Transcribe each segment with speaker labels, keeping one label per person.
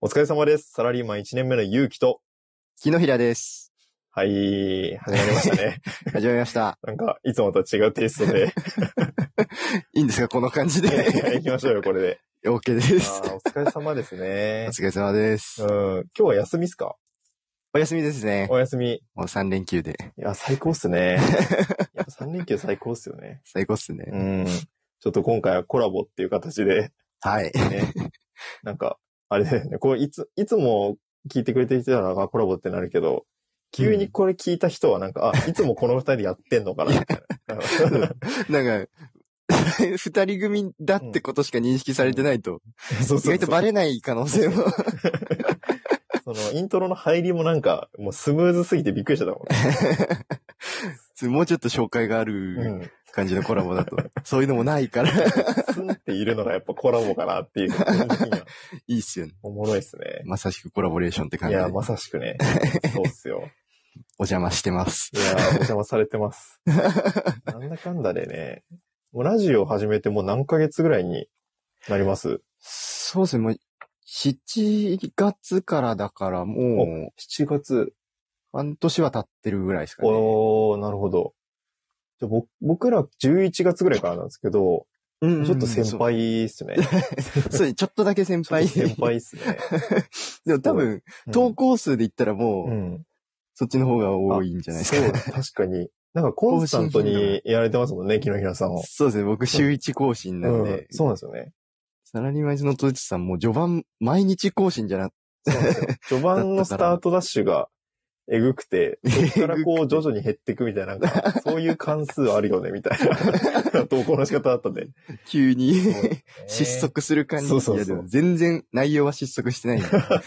Speaker 1: お疲れ様です。サラリーマン1年目の勇気と、
Speaker 2: 木の平です。
Speaker 1: はい、始まりました ね。
Speaker 2: 始まりました。
Speaker 1: なんか、いつもと違うテイストで、
Speaker 2: いいんですかこの感じで。
Speaker 1: 行きましょうよ、これで。
Speaker 2: OK で
Speaker 1: あ
Speaker 2: す。
Speaker 1: ーお疲れ様です
Speaker 2: お
Speaker 1: ね。
Speaker 2: 疲れ様です
Speaker 1: うん。、今日は休みっすか
Speaker 2: お休みですね。
Speaker 1: お休み。い
Speaker 2: もう3連休で。
Speaker 1: や、最高っすね。 やっぱ3連休最高っすよね。
Speaker 2: 最高っすね。
Speaker 1: うん。ちょっと今回はコラボっていう形で、
Speaker 2: はい。
Speaker 1: ね。なんか、あれだよね。こう、いつ、いつも聞いてくれてる人ならあコラボってなるけど、急にこれ聞いた人はなんか、あ、いつもこの二人やってんのかな、みたいな。
Speaker 2: なんか、 二人組だってことしか認識されてないと、
Speaker 1: そうそう
Speaker 2: 意
Speaker 1: そう
Speaker 2: 外とバレない可能性も。
Speaker 1: その、イントロの入りもなんか、もうスムーズすぎてびっくりしちゃったもん
Speaker 2: も うちょっと紹介がある
Speaker 1: ね。
Speaker 2: 感じのコラボだと。そういうのもないから、
Speaker 1: う ん。スンっているのがやっぱコラボかなっていう、個人的にはい
Speaker 2: いっすよね。
Speaker 1: おもろいっすね。
Speaker 2: まさしくコラボレーションって感
Speaker 1: い
Speaker 2: じで。
Speaker 1: や、
Speaker 2: お
Speaker 1: まさしく ね。そうっすよ。
Speaker 2: 邪魔してます
Speaker 1: い。やー、お邪魔されて ます。なんだかんだでね、もうラジオ始めてもう何ヶ月ぐらいになります
Speaker 2: そうですね。もう、7月からだからもう、
Speaker 1: ?7 月。
Speaker 2: 半年は経ってるぐらいですかね。
Speaker 1: おー、なるほど。じゃあぼ僕ら11月ぐらいからなんですけど、
Speaker 2: うんうんうん
Speaker 1: ちょっと先。輩っすね。
Speaker 2: そうそうですちょっとだけ先輩。
Speaker 1: 先輩っすね。
Speaker 2: でも多分、
Speaker 1: うん
Speaker 2: 投稿数で言ったらもう、
Speaker 1: うん。
Speaker 2: そっちの方が多いんじゃないですか。
Speaker 1: そう、確かに。なんかコンスタントにやられてますもんね、木の平さんは。
Speaker 2: そうですね。僕、週1更新なんで、
Speaker 1: うんそうなんですよね。
Speaker 2: サラリーマンズのトイツさんも序盤、毎日更新じゃなく
Speaker 1: そうなんですよ。序盤のスタートダッシュがえぐ くて、そっからこう徐々に減っていくみたいな、なんか、そういう関数あるよね、みたい な投稿の仕方だったんで。
Speaker 2: 急に
Speaker 1: そうね
Speaker 2: 失。速する感じ。
Speaker 1: そうそうそう
Speaker 2: いやでも全然内容は失速し てないんで。
Speaker 1: ありがとう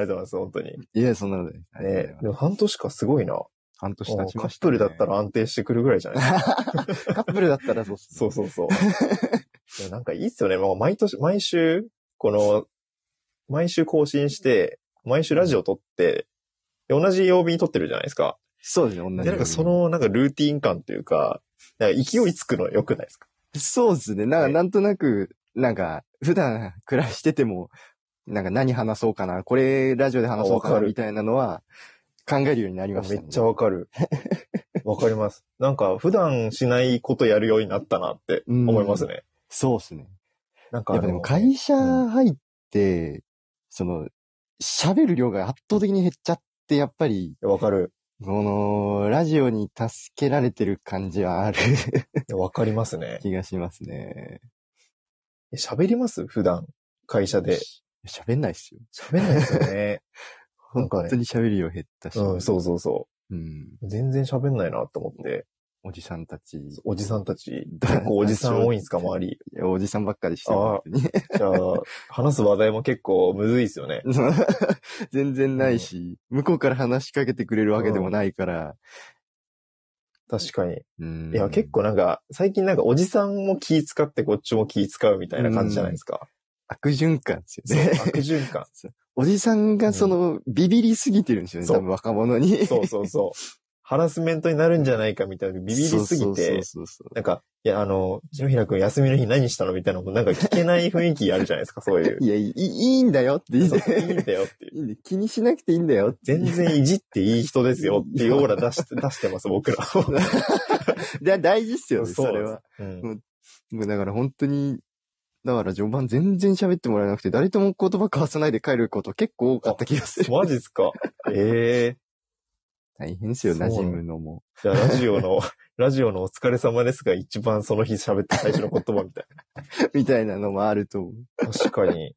Speaker 1: ございます、本当に。
Speaker 2: いや、そんなので。ありがとうござい
Speaker 1: ね
Speaker 2: ます
Speaker 1: でも半年かすごいな。
Speaker 2: 半年
Speaker 1: も
Speaker 2: 経
Speaker 1: う
Speaker 2: ち
Speaker 1: カ
Speaker 2: ま
Speaker 1: ッ
Speaker 2: した
Speaker 1: プル
Speaker 2: ね、
Speaker 1: だったら安定してくるぐらいじゃない
Speaker 2: カップルだったらそうっすね
Speaker 1: そうそうそう。 いやなんかいいっすよね。もう毎年、毎週、この、毎週更新して、毎週ラジオ撮って、で同じ曜日に撮ってるじゃないですか。
Speaker 2: そうですね、同じように。
Speaker 1: で、なんかその、なんかルーティン感というか、なんか勢いつくの良くないですか
Speaker 2: そうですね。なんか、
Speaker 1: ね
Speaker 2: なんとなく、なんか、普段暮らしてても、なんか何話そうかな、これラジオで話そうか
Speaker 1: あわか
Speaker 2: な、
Speaker 1: る
Speaker 2: みたいなのは、考えるようになりました
Speaker 1: め
Speaker 2: ね、
Speaker 1: っちゃわか る。わかります。なんか普段しないことやるようになったなって思いますね。
Speaker 2: そうですね。
Speaker 1: なんかあ
Speaker 2: やっ
Speaker 1: の
Speaker 2: ぱでも会社入って、その、喋る量が圧倒的に減っちゃって、やっぱり、
Speaker 1: わかる。
Speaker 2: この、ラジオに助けられてる感じはある
Speaker 1: いやわかります ね。
Speaker 2: 気がしますね。
Speaker 1: え喋ります普段。会社で。
Speaker 2: 喋んないっすよ。
Speaker 1: 喋んないですよね。なん
Speaker 2: 本
Speaker 1: かね
Speaker 2: 当に喋る量減った し。。
Speaker 1: うん、そうそうそう
Speaker 2: うん。
Speaker 1: う。全然喋んないなと思って。
Speaker 2: おじさんたち。
Speaker 1: おじさんた ち、結構おじさん多いんですか、周り。
Speaker 2: いや、おじさんばっかりしてる
Speaker 1: あー
Speaker 2: 本当に
Speaker 1: じゃあ、話す話題も結構むずいですよね。
Speaker 2: 全然ないし、向こうから話しかけてくれるわけでもないから。
Speaker 1: 確かに。
Speaker 2: うん
Speaker 1: いや、結構なんか、最近なんかおじさんも気使ってこっちも気使うみたいな感じじゃないですか。
Speaker 2: 悪循環です
Speaker 1: そ
Speaker 2: よ
Speaker 1: う、
Speaker 2: ね。。
Speaker 1: 悪循環
Speaker 2: そう おじさんがその、ビビりすぎてるんですよね、
Speaker 1: そう
Speaker 2: 多分若者 に。
Speaker 1: そうそうそう。ハラスメントになるんじゃないかみたいな、ビビりすぎて、
Speaker 2: そうそうそう
Speaker 1: なんか、いや、あの、篠平くん休みの日何したのみたいなのもなんか聞けない雰囲気あるじゃないですか、そう いう
Speaker 2: そう。いやいい、いいんだよって言っ
Speaker 1: そう
Speaker 2: て。
Speaker 1: いいんだよっていう。
Speaker 2: いいんだよ気にしなくていいんだよって。
Speaker 1: 全然いじっていい人ですよっていうオーラ 出して、出してます、僕ら。
Speaker 2: だ大事っすよね、
Speaker 1: そう
Speaker 2: それは。
Speaker 1: うん
Speaker 2: もうだから本当に、だから序盤全然喋ってもらえなくて、誰とも言葉交わさないで帰ること結構多かった気がする。
Speaker 1: マジっす か。ええ
Speaker 2: 大変ですよ、
Speaker 1: そう
Speaker 2: 馴染むのも。
Speaker 1: じゃあ、ラジオの、 ラジオのお疲れ様ですが、一番その日喋った最初の言葉みたい
Speaker 2: みたいなのもあると思う。
Speaker 1: な。確かに。い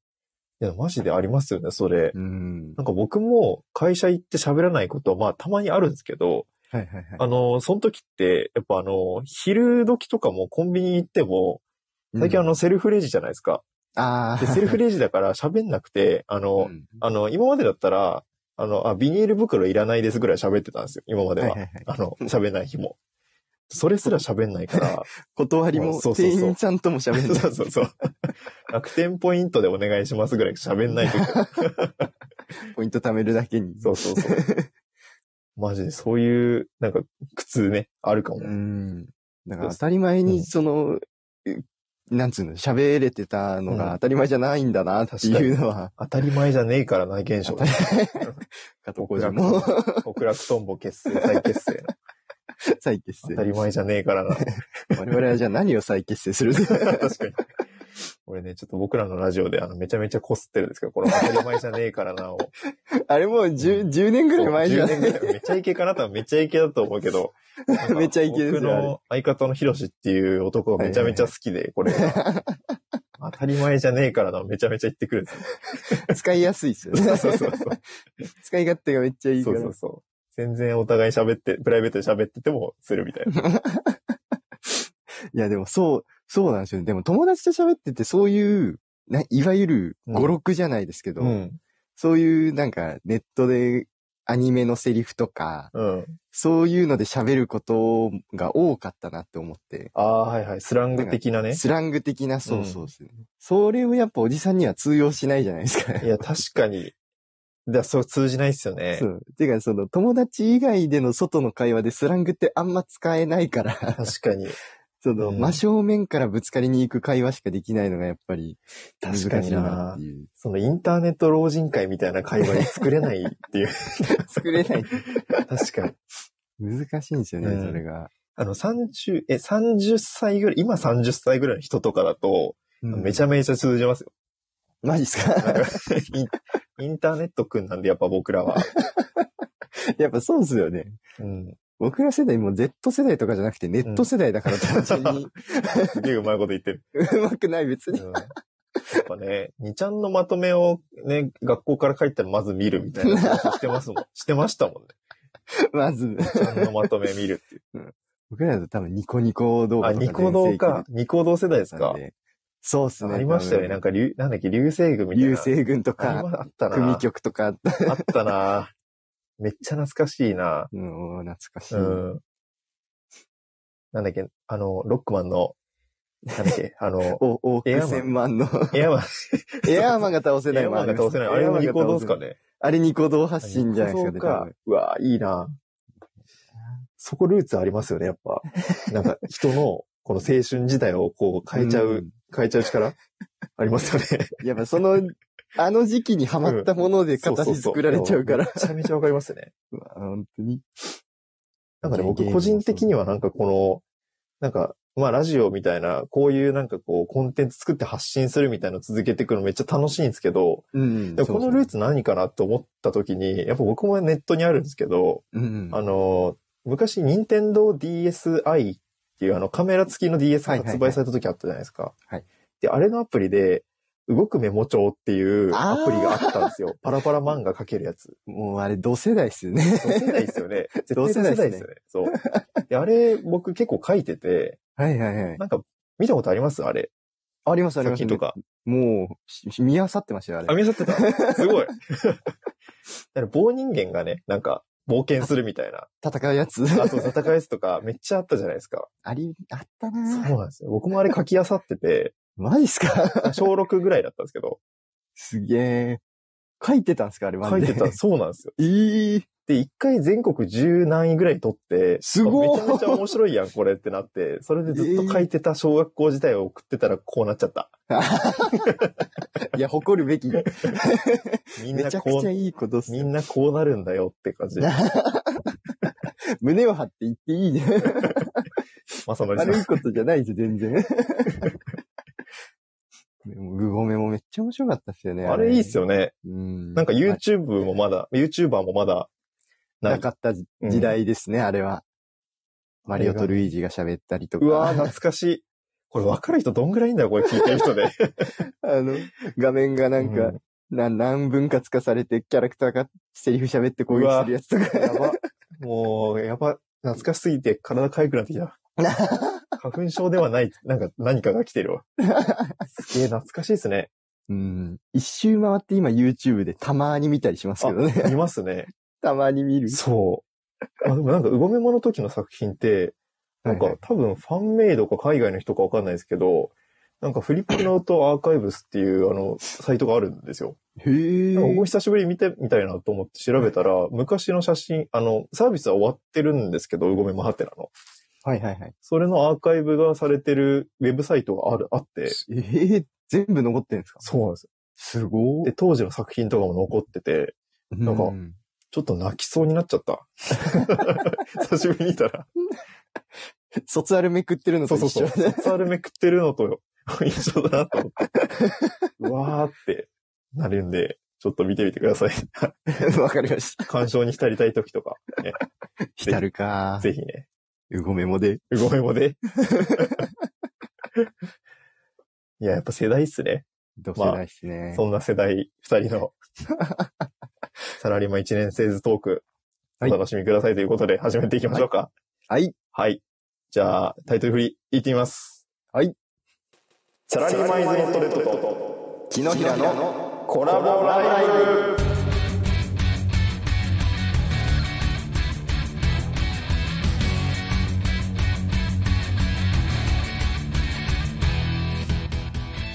Speaker 1: や、マジでありますよね、それ。
Speaker 2: うん。
Speaker 1: なんか僕も会社行って喋らないことは、まあ、たまにあるんですけど、
Speaker 2: はいはいはい。
Speaker 1: あの、その時って、やっぱあの、昼時とかもコンビニ行っても、最近あ
Speaker 2: うん、
Speaker 1: の、セルフレジじゃないですか。
Speaker 2: あ
Speaker 1: で、
Speaker 2: ー
Speaker 1: セルフレジだから喋んなくて、あの、
Speaker 2: うん
Speaker 1: あの、今までだったら、あの、あ、ビニール袋いらないですぐらい喋ってたんですよ、今まで
Speaker 2: はい
Speaker 1: は
Speaker 2: はい。はい。
Speaker 1: あの、喋んない日も。それすら喋んないから、
Speaker 2: 断り
Speaker 1: も
Speaker 2: も
Speaker 1: うそう、そうそう
Speaker 2: 店員さんとも喋んない。
Speaker 1: そうそうそう。楽天ポイントでお願いしますぐらい喋んないといけない。
Speaker 2: ポイント貯めるだけ に。
Speaker 1: そうそうそう。マジでそういう、なんか、苦痛ね、あるかも。
Speaker 2: うん。だから当たり前に、その、なんつうの、喋れてたのが当たり前じゃないんだなっていうのは、
Speaker 1: 当たり前じゃねえからな、現象。
Speaker 2: 加藤
Speaker 1: 極
Speaker 2: 浩次
Speaker 1: 楽
Speaker 2: も
Speaker 1: 極楽とんぼ結成、再結 成。
Speaker 2: 再結
Speaker 1: 当たり
Speaker 2: 成。
Speaker 1: 前じゃねえから な。
Speaker 2: 我々はじゃあ何を再結成する
Speaker 1: 確かに。俺ね、ちょっと僕らのラジオであのめちゃめちゃこすってるんですけど、これ当たり前じゃねえからなを。
Speaker 2: あれもう 10, 10年ぐらい前じゃ
Speaker 1: 10
Speaker 2: な
Speaker 1: 年
Speaker 2: い
Speaker 1: ぐらい。めちゃイケかなとはめちゃイケだと思うけど。なんか
Speaker 2: めちゃイケです
Speaker 1: 僕
Speaker 2: よ
Speaker 1: の相方のヒロシっていう男がめちゃめちゃ好きで、これが。当たり前じゃねえからな、めちゃめちゃ言ってくるんですよ。
Speaker 2: 使いやすいっすよね。
Speaker 1: そうそうそうそう。
Speaker 2: 使い勝手がめっちゃいいか
Speaker 1: そう
Speaker 2: ら。
Speaker 1: そうそう。全然お互い喋って、プライベートで喋っててもするみたいな。
Speaker 2: いや、でもそう、そうなんですよね。でも友達と喋ってて、そういう、ないわゆる
Speaker 1: うん
Speaker 2: 語録じゃないですけど、
Speaker 1: うん。
Speaker 2: そういうなんかネットでアニメのセリフとか、
Speaker 1: うん。
Speaker 2: そういうので喋ることが多かったなって思って、
Speaker 1: ああ、はいはい。スラング的なね。
Speaker 2: スラング的な、そううんそうですね。それをやっぱおじさんには通用しないじゃないですか。
Speaker 1: いや、確かに。だそう通じないっすよね
Speaker 2: そ。う。てか、その友達以外での外の会話でスラングってあんま使えないから、
Speaker 1: 確かに。
Speaker 2: その、
Speaker 1: うん
Speaker 2: 真正面からぶつかりに行く会話しかできないのがやっぱり難し
Speaker 1: 確
Speaker 2: い
Speaker 1: かに
Speaker 2: な
Speaker 1: な
Speaker 2: って。いう。
Speaker 1: そのインターネット老人会みたいな会話に作れないって いう。
Speaker 2: 作れない。
Speaker 1: 確かに。
Speaker 2: 難しいんですよね、
Speaker 1: うん
Speaker 2: それが。
Speaker 1: あの、30、え、30歳ぐらい、今30歳ぐらいの人とかだと、めち
Speaker 2: ゃ、
Speaker 1: ゃめちゃ通じますよ。
Speaker 2: マジっす
Speaker 1: なんか
Speaker 2: か
Speaker 1: インイン ターネットくんなんで、やっぱ僕らは。
Speaker 2: やっぱそうっすよね。
Speaker 1: うん。
Speaker 2: 僕ら世代も Z 世代とかじゃなくてネット世代だから単純 に、
Speaker 1: すげえうまいこと言ってる。
Speaker 2: うまくない
Speaker 1: う
Speaker 2: 別
Speaker 1: ん。
Speaker 2: に。
Speaker 1: やっぱね、2ちゃんのまとめをね、学校から帰ったらまず見るみたいな話してますもん。してましたもんね。
Speaker 2: まず、
Speaker 1: 2ちゃんのまとめ見るっていう。
Speaker 2: 僕らだと多分ニコニコ動
Speaker 1: あ、
Speaker 2: 画とか
Speaker 1: ニコ動か。ニコ動世代です
Speaker 2: 全盛期だっ
Speaker 1: か
Speaker 2: たん。で。そうっすね。
Speaker 1: ありましたよね。なん
Speaker 2: か。
Speaker 1: か、流なんだっけ、流星群みたいな。
Speaker 2: 流星群と
Speaker 1: あり
Speaker 2: か、
Speaker 1: まあった
Speaker 2: 組
Speaker 1: な。
Speaker 2: 曲とか、
Speaker 1: あったな。めっちゃ懐かしいな。
Speaker 2: うん、懐かしい。
Speaker 1: うん。なんだっけ、あの、ロックマンの、なんだっ け、あの、
Speaker 2: お、お、
Speaker 1: エアマン
Speaker 2: 千万の。
Speaker 1: エアマン、
Speaker 2: エアマンが倒せ
Speaker 1: エ
Speaker 2: ない
Speaker 1: ア
Speaker 2: も
Speaker 1: マン
Speaker 2: り
Speaker 1: が
Speaker 2: ます
Speaker 1: 倒せない。あれもニコ動ですか
Speaker 2: エアマンが倒せない
Speaker 1: ね。
Speaker 2: あれニコ動発信じゃないですか、
Speaker 1: ニ
Speaker 2: ね
Speaker 1: コ動か
Speaker 2: 多分。
Speaker 1: うわ、いいな。そこルーツありますよね、やっ ぱ。なんか、人の、この青春時代をこう変えちゃう、
Speaker 2: ん
Speaker 1: 変えちゃう力ありますよ ね。
Speaker 2: やっぱそ の、あの時期にハマったもので
Speaker 1: そう
Speaker 2: 形
Speaker 1: そうそう
Speaker 2: 作られちゃうから。
Speaker 1: めちゃめちゃわかりますね。
Speaker 2: うわ本当に。
Speaker 1: なんかね、
Speaker 2: ゲー
Speaker 1: 僕
Speaker 2: ム
Speaker 1: 個人的にはなんかこの、なんか、まあラジオみたいな、こういうなんかこう、コンテンツ作って発信するみたいなの続けていくのめっちゃ楽しいんですけど、
Speaker 2: うん
Speaker 1: でもこのルーツ何かなと思った時に、やっぱ僕もネットにあるんですけど、
Speaker 2: うん。
Speaker 1: あの、昔、任天堂 DSi っていうあのカメラ付きの DS が発売された時あったじゃないですか。
Speaker 2: はいはいはいはい
Speaker 1: で、あれのアプリで、動くメモ帳っていうア
Speaker 2: あー
Speaker 1: プリがあったんですよ。パラパラ漫画描けるやつ。
Speaker 2: もうあれ、同世代っすよね。
Speaker 1: 同世代ですよね。絶対同
Speaker 2: 同世
Speaker 1: 世
Speaker 2: 代
Speaker 1: 代
Speaker 2: っ
Speaker 1: です
Speaker 2: ね
Speaker 1: すよね。そう。で、あれ、僕結構書いてて、
Speaker 2: はいはいはい。
Speaker 1: なんか、見たことありますあれ。
Speaker 2: ありますあり
Speaker 1: 作
Speaker 2: ます。
Speaker 1: 品とか。
Speaker 2: もうし、し見漁ってましたよ、あ
Speaker 1: あ、
Speaker 2: れ。
Speaker 1: 見せてた すごい。だから棒人間がね、なんか、冒険するみたいな。
Speaker 2: 戦うやつ。
Speaker 1: あと、戦うやつとか、めっちゃあったじゃないですか。
Speaker 2: あり、あっ
Speaker 1: そう
Speaker 2: たなぁ
Speaker 1: なんですよ。僕もあれ書き漁ってて、
Speaker 2: マジっすか
Speaker 1: 小6ぐらいだったんですけど、
Speaker 2: すげえ。書いてたんすかあれ、
Speaker 1: 書いて た、。そうなんですよ。
Speaker 2: ええ。
Speaker 1: で、一回全国10何位ぐらい取って、
Speaker 2: すごい
Speaker 1: めちゃめちゃ面白いやん、これってなって、それでずっと書いてた小学校時代を送ってたらこうなっちゃった。
Speaker 2: いや、誇るべき。
Speaker 1: みん
Speaker 2: め
Speaker 1: な
Speaker 2: ちゃ
Speaker 1: こ
Speaker 2: くちゃ
Speaker 1: う、
Speaker 2: いいことっす
Speaker 1: みんなこうなるんだよって感じ。
Speaker 2: 胸を張って言っていいね。
Speaker 1: まさのりさん
Speaker 2: 悪。いことじゃないです、全然。でも、グゴメもめっちゃ面白かったっすよね。
Speaker 1: あれいいっすよね。
Speaker 2: よ。うん。
Speaker 1: なんか YouTube もまだ、YouTuber もまだ、
Speaker 2: な
Speaker 1: ない
Speaker 2: かった時代ですね、あれは。マリオとルイージが喋ったりとか。
Speaker 1: うわー、懐かしい。これ分かる人どんぐらいいんだよ、これ聞いてる人で。
Speaker 2: あの、 画面がなんか、な何分割化されて、キャラクターがセリフ喋って攻撃するやつと
Speaker 1: うん、
Speaker 2: か。
Speaker 1: やば。もう、やば。懐かしすぎて体かゆくなってきた。 花粉症ではない、なんか何かが来てるわ。すげえ懐かしいですね。
Speaker 2: うん。一周回って今 YouTube でたまに見たりしますけどね。
Speaker 1: います ね。
Speaker 2: たまに見る。
Speaker 1: そう。あでもなんか、うごめもの時の作品って、なん
Speaker 2: はい
Speaker 1: か多
Speaker 2: は
Speaker 1: 分ファンメイドか海外の人かわかんないですけど、なんかフリップノートアーカイブスっていうあの、サイトがあるんですよ。
Speaker 2: いへえ。
Speaker 1: なんかお久しぶりに見てみたいなと思って調べたら、昔の写真、あの、サービスは終わってるんですけど、うごめマハテナの。
Speaker 2: はいはいはい。
Speaker 1: それのアーカイブがされてるウェブサイトがある、あって、
Speaker 2: えー、全部残ってるんですか
Speaker 1: そうなんですよ。
Speaker 2: すご
Speaker 1: で、当時の作品とかも残ってて、
Speaker 2: なん
Speaker 1: かちょっと泣きそうになっちゃ った。久しぶりに見たら。
Speaker 2: 卒アルめくってるのと
Speaker 1: そう
Speaker 2: 一
Speaker 1: そう
Speaker 2: 緒
Speaker 1: そう。サールめくってるのと一緒だなと思って。うわーってなるんで、ちょっと見てみてください。
Speaker 2: わかりまし
Speaker 1: 鑑賞に浸りたい時とか、
Speaker 2: た。浸るか。
Speaker 1: ぜひね、
Speaker 2: うごめもで。
Speaker 1: うごめもで。いや、やっぱ世代っすね。
Speaker 2: どうせないっすね。
Speaker 1: そんな世代二人のサラリーマン一年生ずトーク、お
Speaker 2: はい
Speaker 1: 楽しみくださいということで始めていきましょうか。
Speaker 2: はい。
Speaker 1: はい。じゃあ、タイトル振り、いってみます。
Speaker 2: はい。
Speaker 1: サラリーマンイズノットレッドと
Speaker 2: 木の平の。
Speaker 1: コラボライブ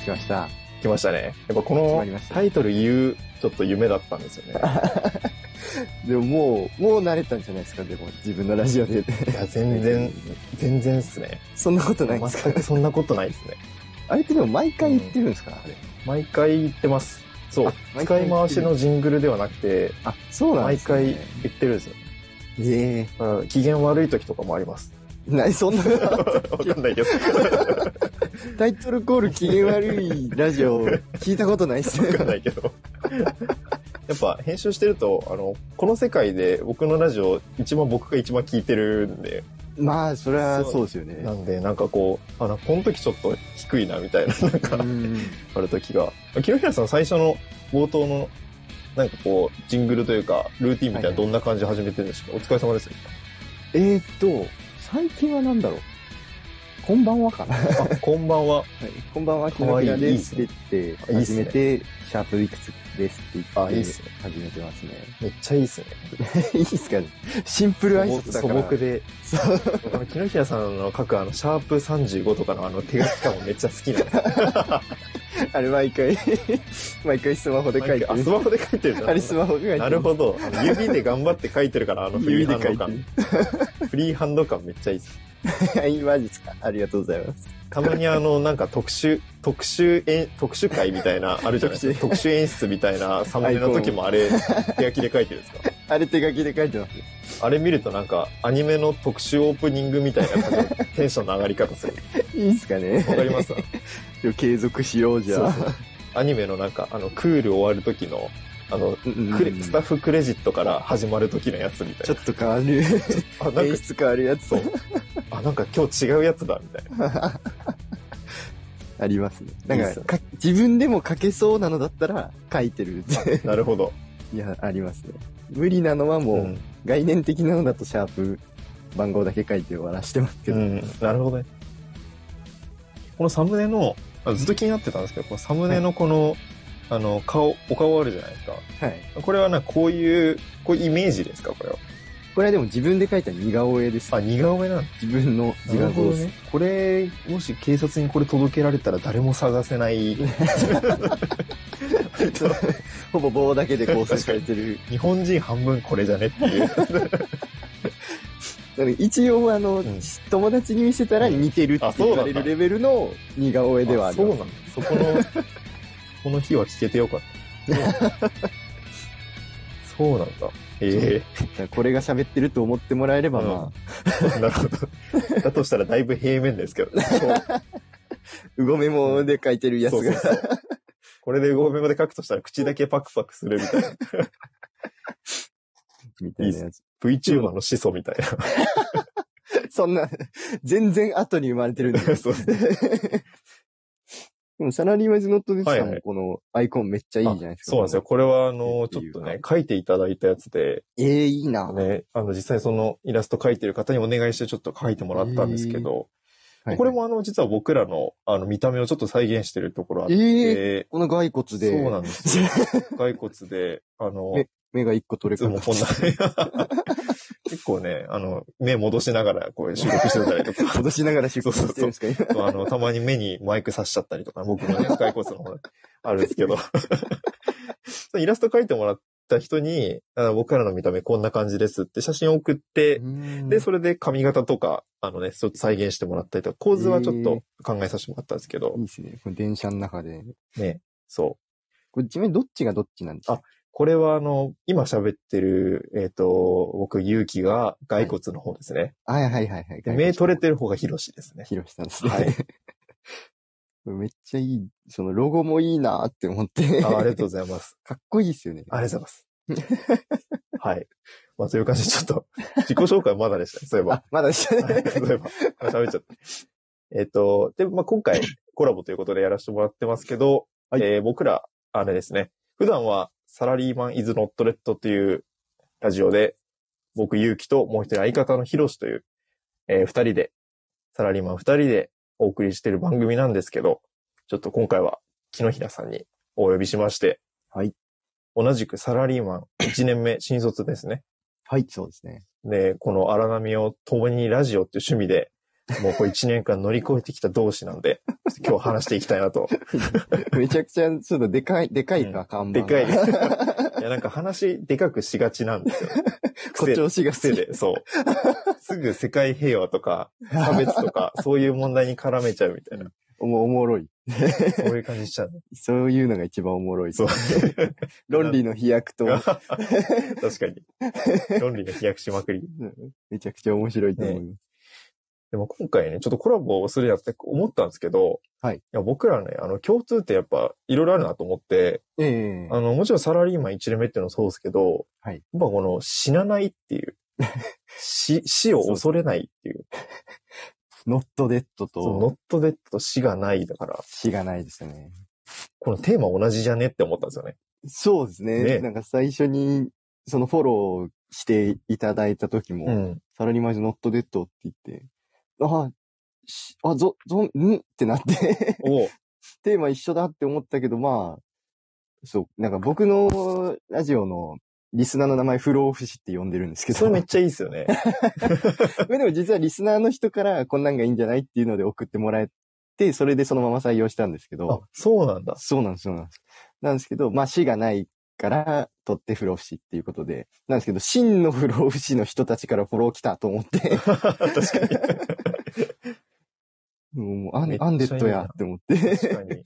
Speaker 2: 来ました。
Speaker 1: 来ましたね。やっぱこ
Speaker 2: 決
Speaker 1: の
Speaker 2: まりました
Speaker 1: タイトル言う、ちょっと夢だったんですよね。
Speaker 2: でももう、もう慣れたんじゃないですか、でも、自分のラジオで。
Speaker 1: いや、全然、全然っすね。
Speaker 2: そんなことないんですか
Speaker 1: 全くそんなことないですね。
Speaker 2: あれってでも毎回言ってるんですか、あれ。
Speaker 1: 毎回言ってます。そう
Speaker 2: あ。毎
Speaker 1: 使
Speaker 2: 回
Speaker 1: い回しのジングルではなくて、
Speaker 2: あ、そうなんで
Speaker 1: 毎
Speaker 2: すね。
Speaker 1: 回言ってるんですよ。
Speaker 2: ええ
Speaker 1: だから機嫌悪い時とかもあり ます。
Speaker 2: なそんな、
Speaker 1: わかんないけど。
Speaker 2: タイトルコール機嫌悪いラジオ、聞いたことないっすね
Speaker 1: わ。かんないけど。やっぱ編集してると、あの、この世界で僕のラジオ一番僕が一番聞いてるんで、
Speaker 2: まあ、それはそうですよね
Speaker 1: な。んでなんかこう、あ、なんかこの時ちょっと低いなみたいな、なんか
Speaker 2: うん
Speaker 1: ある時が。清平さん最初の冒頭の、なんかこう、ジングルというか、ルーティンみたい
Speaker 2: はいは
Speaker 1: ないどんな感じで始めてるんですか、お疲れ様です。
Speaker 2: えー、っと、最近は何だろう。こんばんはかな。はい、
Speaker 1: あ、こんばんは。
Speaker 2: こんばんは、
Speaker 1: か
Speaker 2: 木
Speaker 1: わ
Speaker 2: の
Speaker 1: いい
Speaker 2: 平
Speaker 1: いい
Speaker 2: で
Speaker 1: っす
Speaker 2: す
Speaker 1: ね
Speaker 2: って言っ
Speaker 1: あ
Speaker 2: て、
Speaker 1: いいっ
Speaker 2: 始
Speaker 1: すね
Speaker 2: めて、シャープいくつですって言って、
Speaker 1: あいいっすね
Speaker 2: 始めてますね。
Speaker 1: めっちゃいいですね。
Speaker 2: いいっすかね。シンプル挨拶だ
Speaker 1: 素
Speaker 2: から。
Speaker 1: 朴で。あの木下さんの書くあの、シャープ35とかのあの手書き感もめっちゃ好き なんですよ。
Speaker 2: あれ、毎回、 毎回スマホで書いて
Speaker 1: あ、ス
Speaker 2: る。
Speaker 1: マホで書いてるな
Speaker 2: あれ、スマホで書いて
Speaker 1: なるほど。あの指で頑張って書いてるから、あのフリー
Speaker 2: 指
Speaker 1: ハ
Speaker 2: で書
Speaker 1: ンド
Speaker 2: いてる
Speaker 1: 感。。フリーハンド感めっちゃいいです。
Speaker 2: はい、マジっすか。ありがとうございます。
Speaker 1: たまにあの、なんか特殊、特殊演、特殊会みたいな、あるじゃないですか。特
Speaker 2: 特
Speaker 1: 殊演出みたいなサムネの時もあれ、手書きで書いてるんですか
Speaker 2: あれ、手書きで書いてます。
Speaker 1: あれ見るとなんか、アニメの特殊オープニングみたいな感じでテンションの上がり方する。
Speaker 2: いいっすかね。
Speaker 1: わかります
Speaker 2: でも継続しようじゃあ。
Speaker 1: アニメのなんか、あの、クール終わる時の、あの、クレスタッ
Speaker 2: フ。
Speaker 1: フクレジットから始まる時のやつみた
Speaker 2: ちょ
Speaker 1: い
Speaker 2: っと変わる。
Speaker 1: な。あ、なん
Speaker 2: 演
Speaker 1: か、
Speaker 2: 出変わるやつ
Speaker 1: そう。あ、なんか今日違うやつだ、みたいな。
Speaker 2: ありますね。
Speaker 1: い
Speaker 2: ないん
Speaker 1: っ
Speaker 2: か
Speaker 1: すね
Speaker 2: か自分でも書けそうなのだったら書いてるって。
Speaker 1: なるほど。
Speaker 2: いや、ありますね。無理なのはもう、
Speaker 1: うん
Speaker 2: 概念的なのだとシャープ番号だけ書いて終わらしてますけど。
Speaker 1: うん、なるほどね。このサムネの、あずっと気になってたんですけど、このサムネのこの、あの、顔、お顔あるじゃないですか。
Speaker 2: はい。
Speaker 1: これはな、こういう、こういうイメージですか、これは。
Speaker 2: これはでも自分で書いた似顔絵です。
Speaker 1: あ、似顔絵なん
Speaker 2: 自分の自画像です。。
Speaker 1: これ、もし警察にこれ届けられたら誰も探せない。
Speaker 2: ほぼ棒だけで構成されてる。
Speaker 1: 日本人半分これじゃねっていう。
Speaker 2: だから一応、あの、
Speaker 1: ん
Speaker 2: 友達に見せたら似てるって言われ
Speaker 1: あそうなんだ
Speaker 2: るレベルの似顔絵ではあ
Speaker 1: あ
Speaker 2: り
Speaker 1: そう
Speaker 2: ま
Speaker 1: な
Speaker 2: す。
Speaker 1: のそこの、この日は聞けてよかった。そうなんだ。え
Speaker 2: だからこれが喋ってると思ってもらえれば、
Speaker 1: うん
Speaker 2: ま
Speaker 1: え なるほど。だとしたらだいぶ平面ですけどね。
Speaker 2: あ、うごめもで書いてるやつ
Speaker 1: そうそう
Speaker 2: が。
Speaker 1: そうこれで5秒まで書くとしたら口だけパクパクするみ たいな。
Speaker 2: みたいなやつ。
Speaker 1: VTuber の始祖みたい
Speaker 2: そんな、全然後に生まれてるんで
Speaker 1: な。。 そう
Speaker 2: でもサラリーマイズノットです
Speaker 1: はい
Speaker 2: さん
Speaker 1: はい
Speaker 2: もこのアイコンめっちゃいいじゃないですか。
Speaker 1: そうなんですよ。。これはあの、
Speaker 2: って
Speaker 1: ちょ
Speaker 2: い
Speaker 1: っ
Speaker 2: う
Speaker 1: と
Speaker 2: か
Speaker 1: ね、書いていただいたやつで、
Speaker 2: ええいいな。
Speaker 1: ね、あの、実際そのイラスト書いてる方にお願いしてちょっと書いてもらったんですけど、
Speaker 2: はい
Speaker 1: これ、もあの、実は僕らのあの見た目をちょっと再現してるところあっ
Speaker 2: え
Speaker 1: て、
Speaker 2: えこの骸骨で、
Speaker 1: そうなんです よ。骸骨で、あの、い
Speaker 2: え目が一個取れ
Speaker 1: つ
Speaker 2: か
Speaker 1: もこ んな、結構ね、あの、目戻しながらこう収録してたりとか、
Speaker 2: 戻しながら出荷してるんですか、今。
Speaker 1: あの、たまに目にマイク刺しちゃ ったりとか、僕のね、骸骨の方あるんですけど。そのイラスト描いてもらっった人に、あ僕からの見た目こんな感じですって写真を送って、で、それで髪型とか、あのね、ちょっと再現してもらったりとか、構図はちょっと考えさせてもらったんですけど
Speaker 2: いい、ですね。この電車の中で。
Speaker 1: ね、そう。
Speaker 2: これ、ちなみにどっちがどっちなんですか
Speaker 1: あこれはあの、今喋ってる、えっ、と、僕、勇気が骸骨の方ですね。
Speaker 2: はいはいはいはい。
Speaker 1: で目取れてる方が広しですね。
Speaker 2: 披露したんですね。
Speaker 1: はい
Speaker 2: めっちゃいい、そのロゴもいいなーって思って。
Speaker 1: あありがとうございます。
Speaker 2: かっこいいですよね。
Speaker 1: ありがとうございます。はい。まあ、という感じで、ちょっと、自己紹介まだでしたね。そういえば。
Speaker 2: あ、まだでした
Speaker 1: はい
Speaker 2: ね。
Speaker 1: そういえば。あ 喋っちゃった。えっと、で、まあ、今回、コラボということでやらせてもらってますけど、
Speaker 2: はい
Speaker 1: えー僕ら、あれですね、普段は、サラリーマンイズノットレッドというラジオで、僕、ゆうきと、もう一人相方のひろしという、えー二人で、サラリーマン二人でお送りしている番組なんですけど、ちょっと今回は、木の平さんにお呼びしまして、
Speaker 2: はい。
Speaker 1: 同じくサラリーマン1年目、新卒ですね。
Speaker 2: はい、そうですね。
Speaker 1: で、この荒波を共にラジオっていう趣味で、もうこう1年間乗り越えてきた同志なんで、ちょっと今日話していきたいなと。
Speaker 2: めちゃくちゃ、ちょっとでかい、でかい
Speaker 1: うん
Speaker 2: か、看板
Speaker 1: で
Speaker 2: が。
Speaker 1: かい。いや、なんか話でかくしがちなんですよ。
Speaker 2: 誇張
Speaker 1: 癖
Speaker 2: しが
Speaker 1: 癖
Speaker 2: する。
Speaker 1: で、そう。すぐ世界平和とか、差別とか、そういう問題に絡めちゃうみたいな。
Speaker 2: おもおもろい。
Speaker 1: そういう感じしちゃうね。
Speaker 2: そういうのが一番おもろい。
Speaker 1: そう。
Speaker 2: 論理の飛躍 と、
Speaker 1: 確かに。論理の飛躍しまくり。
Speaker 2: めちゃくちゃ面白いと思います。
Speaker 1: でも今回ね、ちょっとコラボをするやつって思ったんですけど、
Speaker 2: はい
Speaker 1: や僕らね、あの、共通ってやっぱ、いろいろあるなと思って、
Speaker 2: ええ
Speaker 1: あの、もちろんサラリーマン1年目っていうのもそうですけど、
Speaker 2: はい
Speaker 1: やっぱこの死なないって いう、死、死を恐れないっていう、
Speaker 2: ノットデッド
Speaker 1: そのノ
Speaker 2: と、
Speaker 1: ットデッドと死がないだから、
Speaker 2: 死がないですね。
Speaker 1: このテーマ同じじゃねって思ったんですよね。
Speaker 2: そうですね。
Speaker 1: ね
Speaker 2: なんか最初に、そのフォローしていただいた時も、
Speaker 1: ん。
Speaker 2: サラリーマンズノットデッドって言って、あ、しあ、ぞ、ぞ、んってな って、
Speaker 1: おう
Speaker 2: テーマ一緒だって思ったけど、まあ、そう、なんか僕のラジオのリスナーの名前、不老不死って呼んでるんですけど、
Speaker 1: それ めっちゃいいですよね。
Speaker 2: でも実はリスナーの人からこんなんがいいんじゃないっていうので送ってもらえて、それでそのまま採用したんですけ
Speaker 1: あ
Speaker 2: ど、、
Speaker 1: そうなんだ。
Speaker 2: そうなんです、そうなんです。なんですけど、まあ死がないから、取って不老不死っていうことで、なんですけど、真の不老不死の人たちからフォロー来たと思 って、
Speaker 1: 確かに。
Speaker 2: もうア
Speaker 1: めっちゃい
Speaker 2: ン
Speaker 1: いな
Speaker 2: アンデッドやって思って、
Speaker 1: 確かに。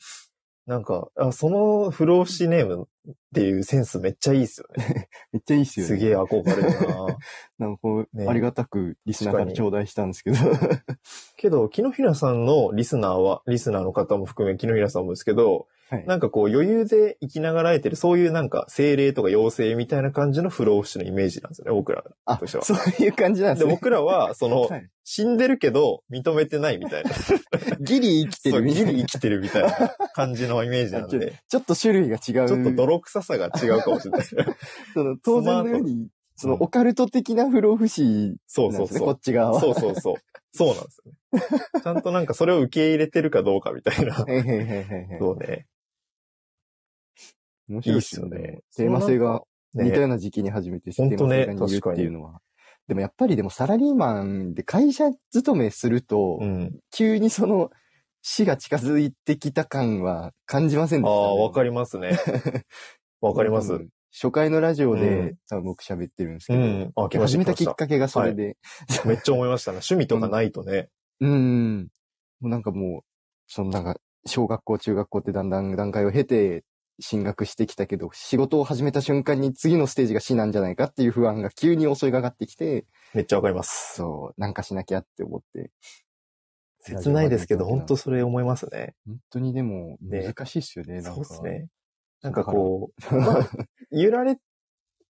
Speaker 1: なんか、あその不老不死ネームっていうセンスめっちゃいいですよね。
Speaker 2: めっちゃいいっすよ
Speaker 1: す
Speaker 2: ね。
Speaker 1: げえ憧れるな
Speaker 2: なんかこう、
Speaker 1: ね
Speaker 2: ありがたくリスナーから
Speaker 1: 確か
Speaker 2: 頂戴したんですけど。
Speaker 1: けど、木の平さんのリスナーは、リスナーの方も含め木の平さんもですけど、
Speaker 2: はい
Speaker 1: なんかこう余裕で生きながらえてる、そういうなんか精霊とか妖精みたいな感じの不老不死のイメージなんですよね、僕ら。
Speaker 2: あ、
Speaker 1: 私は
Speaker 2: そういう感じなん
Speaker 1: で
Speaker 2: で
Speaker 1: す
Speaker 2: ね。
Speaker 1: 僕ら は、その、
Speaker 2: はい
Speaker 1: 死んでるけど認めてないみたいな。
Speaker 2: ギリ生きて
Speaker 1: そう
Speaker 2: るみ
Speaker 1: ギ
Speaker 2: たいな
Speaker 1: リ生きてるみたいな感じのイメージなので、
Speaker 2: ちょっと種類が違う。
Speaker 1: ちょっと泥臭さが違うかもしれない。
Speaker 2: その当然のように、 そのオカルト的な不老不死
Speaker 1: そう
Speaker 2: なん
Speaker 1: そ
Speaker 2: で
Speaker 1: う
Speaker 2: すね、
Speaker 1: そ
Speaker 2: こ
Speaker 1: う。
Speaker 2: っち側は。
Speaker 1: そうそうそう。そうなんですよね。ちゃんとなんかそれを受け入れてるかどうかみたい な。
Speaker 2: へいへいへいへいへい。
Speaker 1: そうね。
Speaker 2: 面
Speaker 1: いいっ
Speaker 2: 白いっす
Speaker 1: す
Speaker 2: よ
Speaker 1: よ
Speaker 2: ね
Speaker 1: ね。。
Speaker 2: テーマ性が
Speaker 1: ね
Speaker 2: 似たような時期に初めてテ
Speaker 1: ほん
Speaker 2: ー
Speaker 1: と
Speaker 2: マ
Speaker 1: ね
Speaker 2: 性が似るっていうのは。でもやっぱりでもサラリーマンで会社勤めすると、
Speaker 1: うん。
Speaker 2: 急にその死が近づいてきた感は感じません
Speaker 1: あ
Speaker 2: でした、ね。
Speaker 1: あ、わかります ね。わかりま
Speaker 2: 多
Speaker 1: す。
Speaker 2: 分。初回のラジオで、
Speaker 1: うん
Speaker 2: 多分僕喋ってるんですけ
Speaker 1: う
Speaker 2: ど、
Speaker 1: ん。あ、来まし
Speaker 2: 始
Speaker 1: た来ま
Speaker 2: めたき
Speaker 1: し。
Speaker 2: ったかけがそれで、
Speaker 1: めっちゃ思いましたね。趣味とかないとね。
Speaker 2: うん。もうなんかもう、そのなんか、小学校、中学校ってだんだん段階を経て進学してきたけど、仕事を始めた瞬間に次のステージが死なんじゃないかっていう不安が急に襲いかかってきて、
Speaker 1: めっちゃわかります。
Speaker 2: そう、なんかしなきゃって思って。
Speaker 1: 切ないですけど、
Speaker 2: ラジオ番
Speaker 1: 本
Speaker 2: 組
Speaker 1: 当それ思いますね。
Speaker 2: 本当にでも、
Speaker 1: ね
Speaker 2: 難しいっすよね、な
Speaker 1: そ
Speaker 2: ん
Speaker 1: うで
Speaker 2: か。
Speaker 1: すね。なんかこう、まあ、揺られ、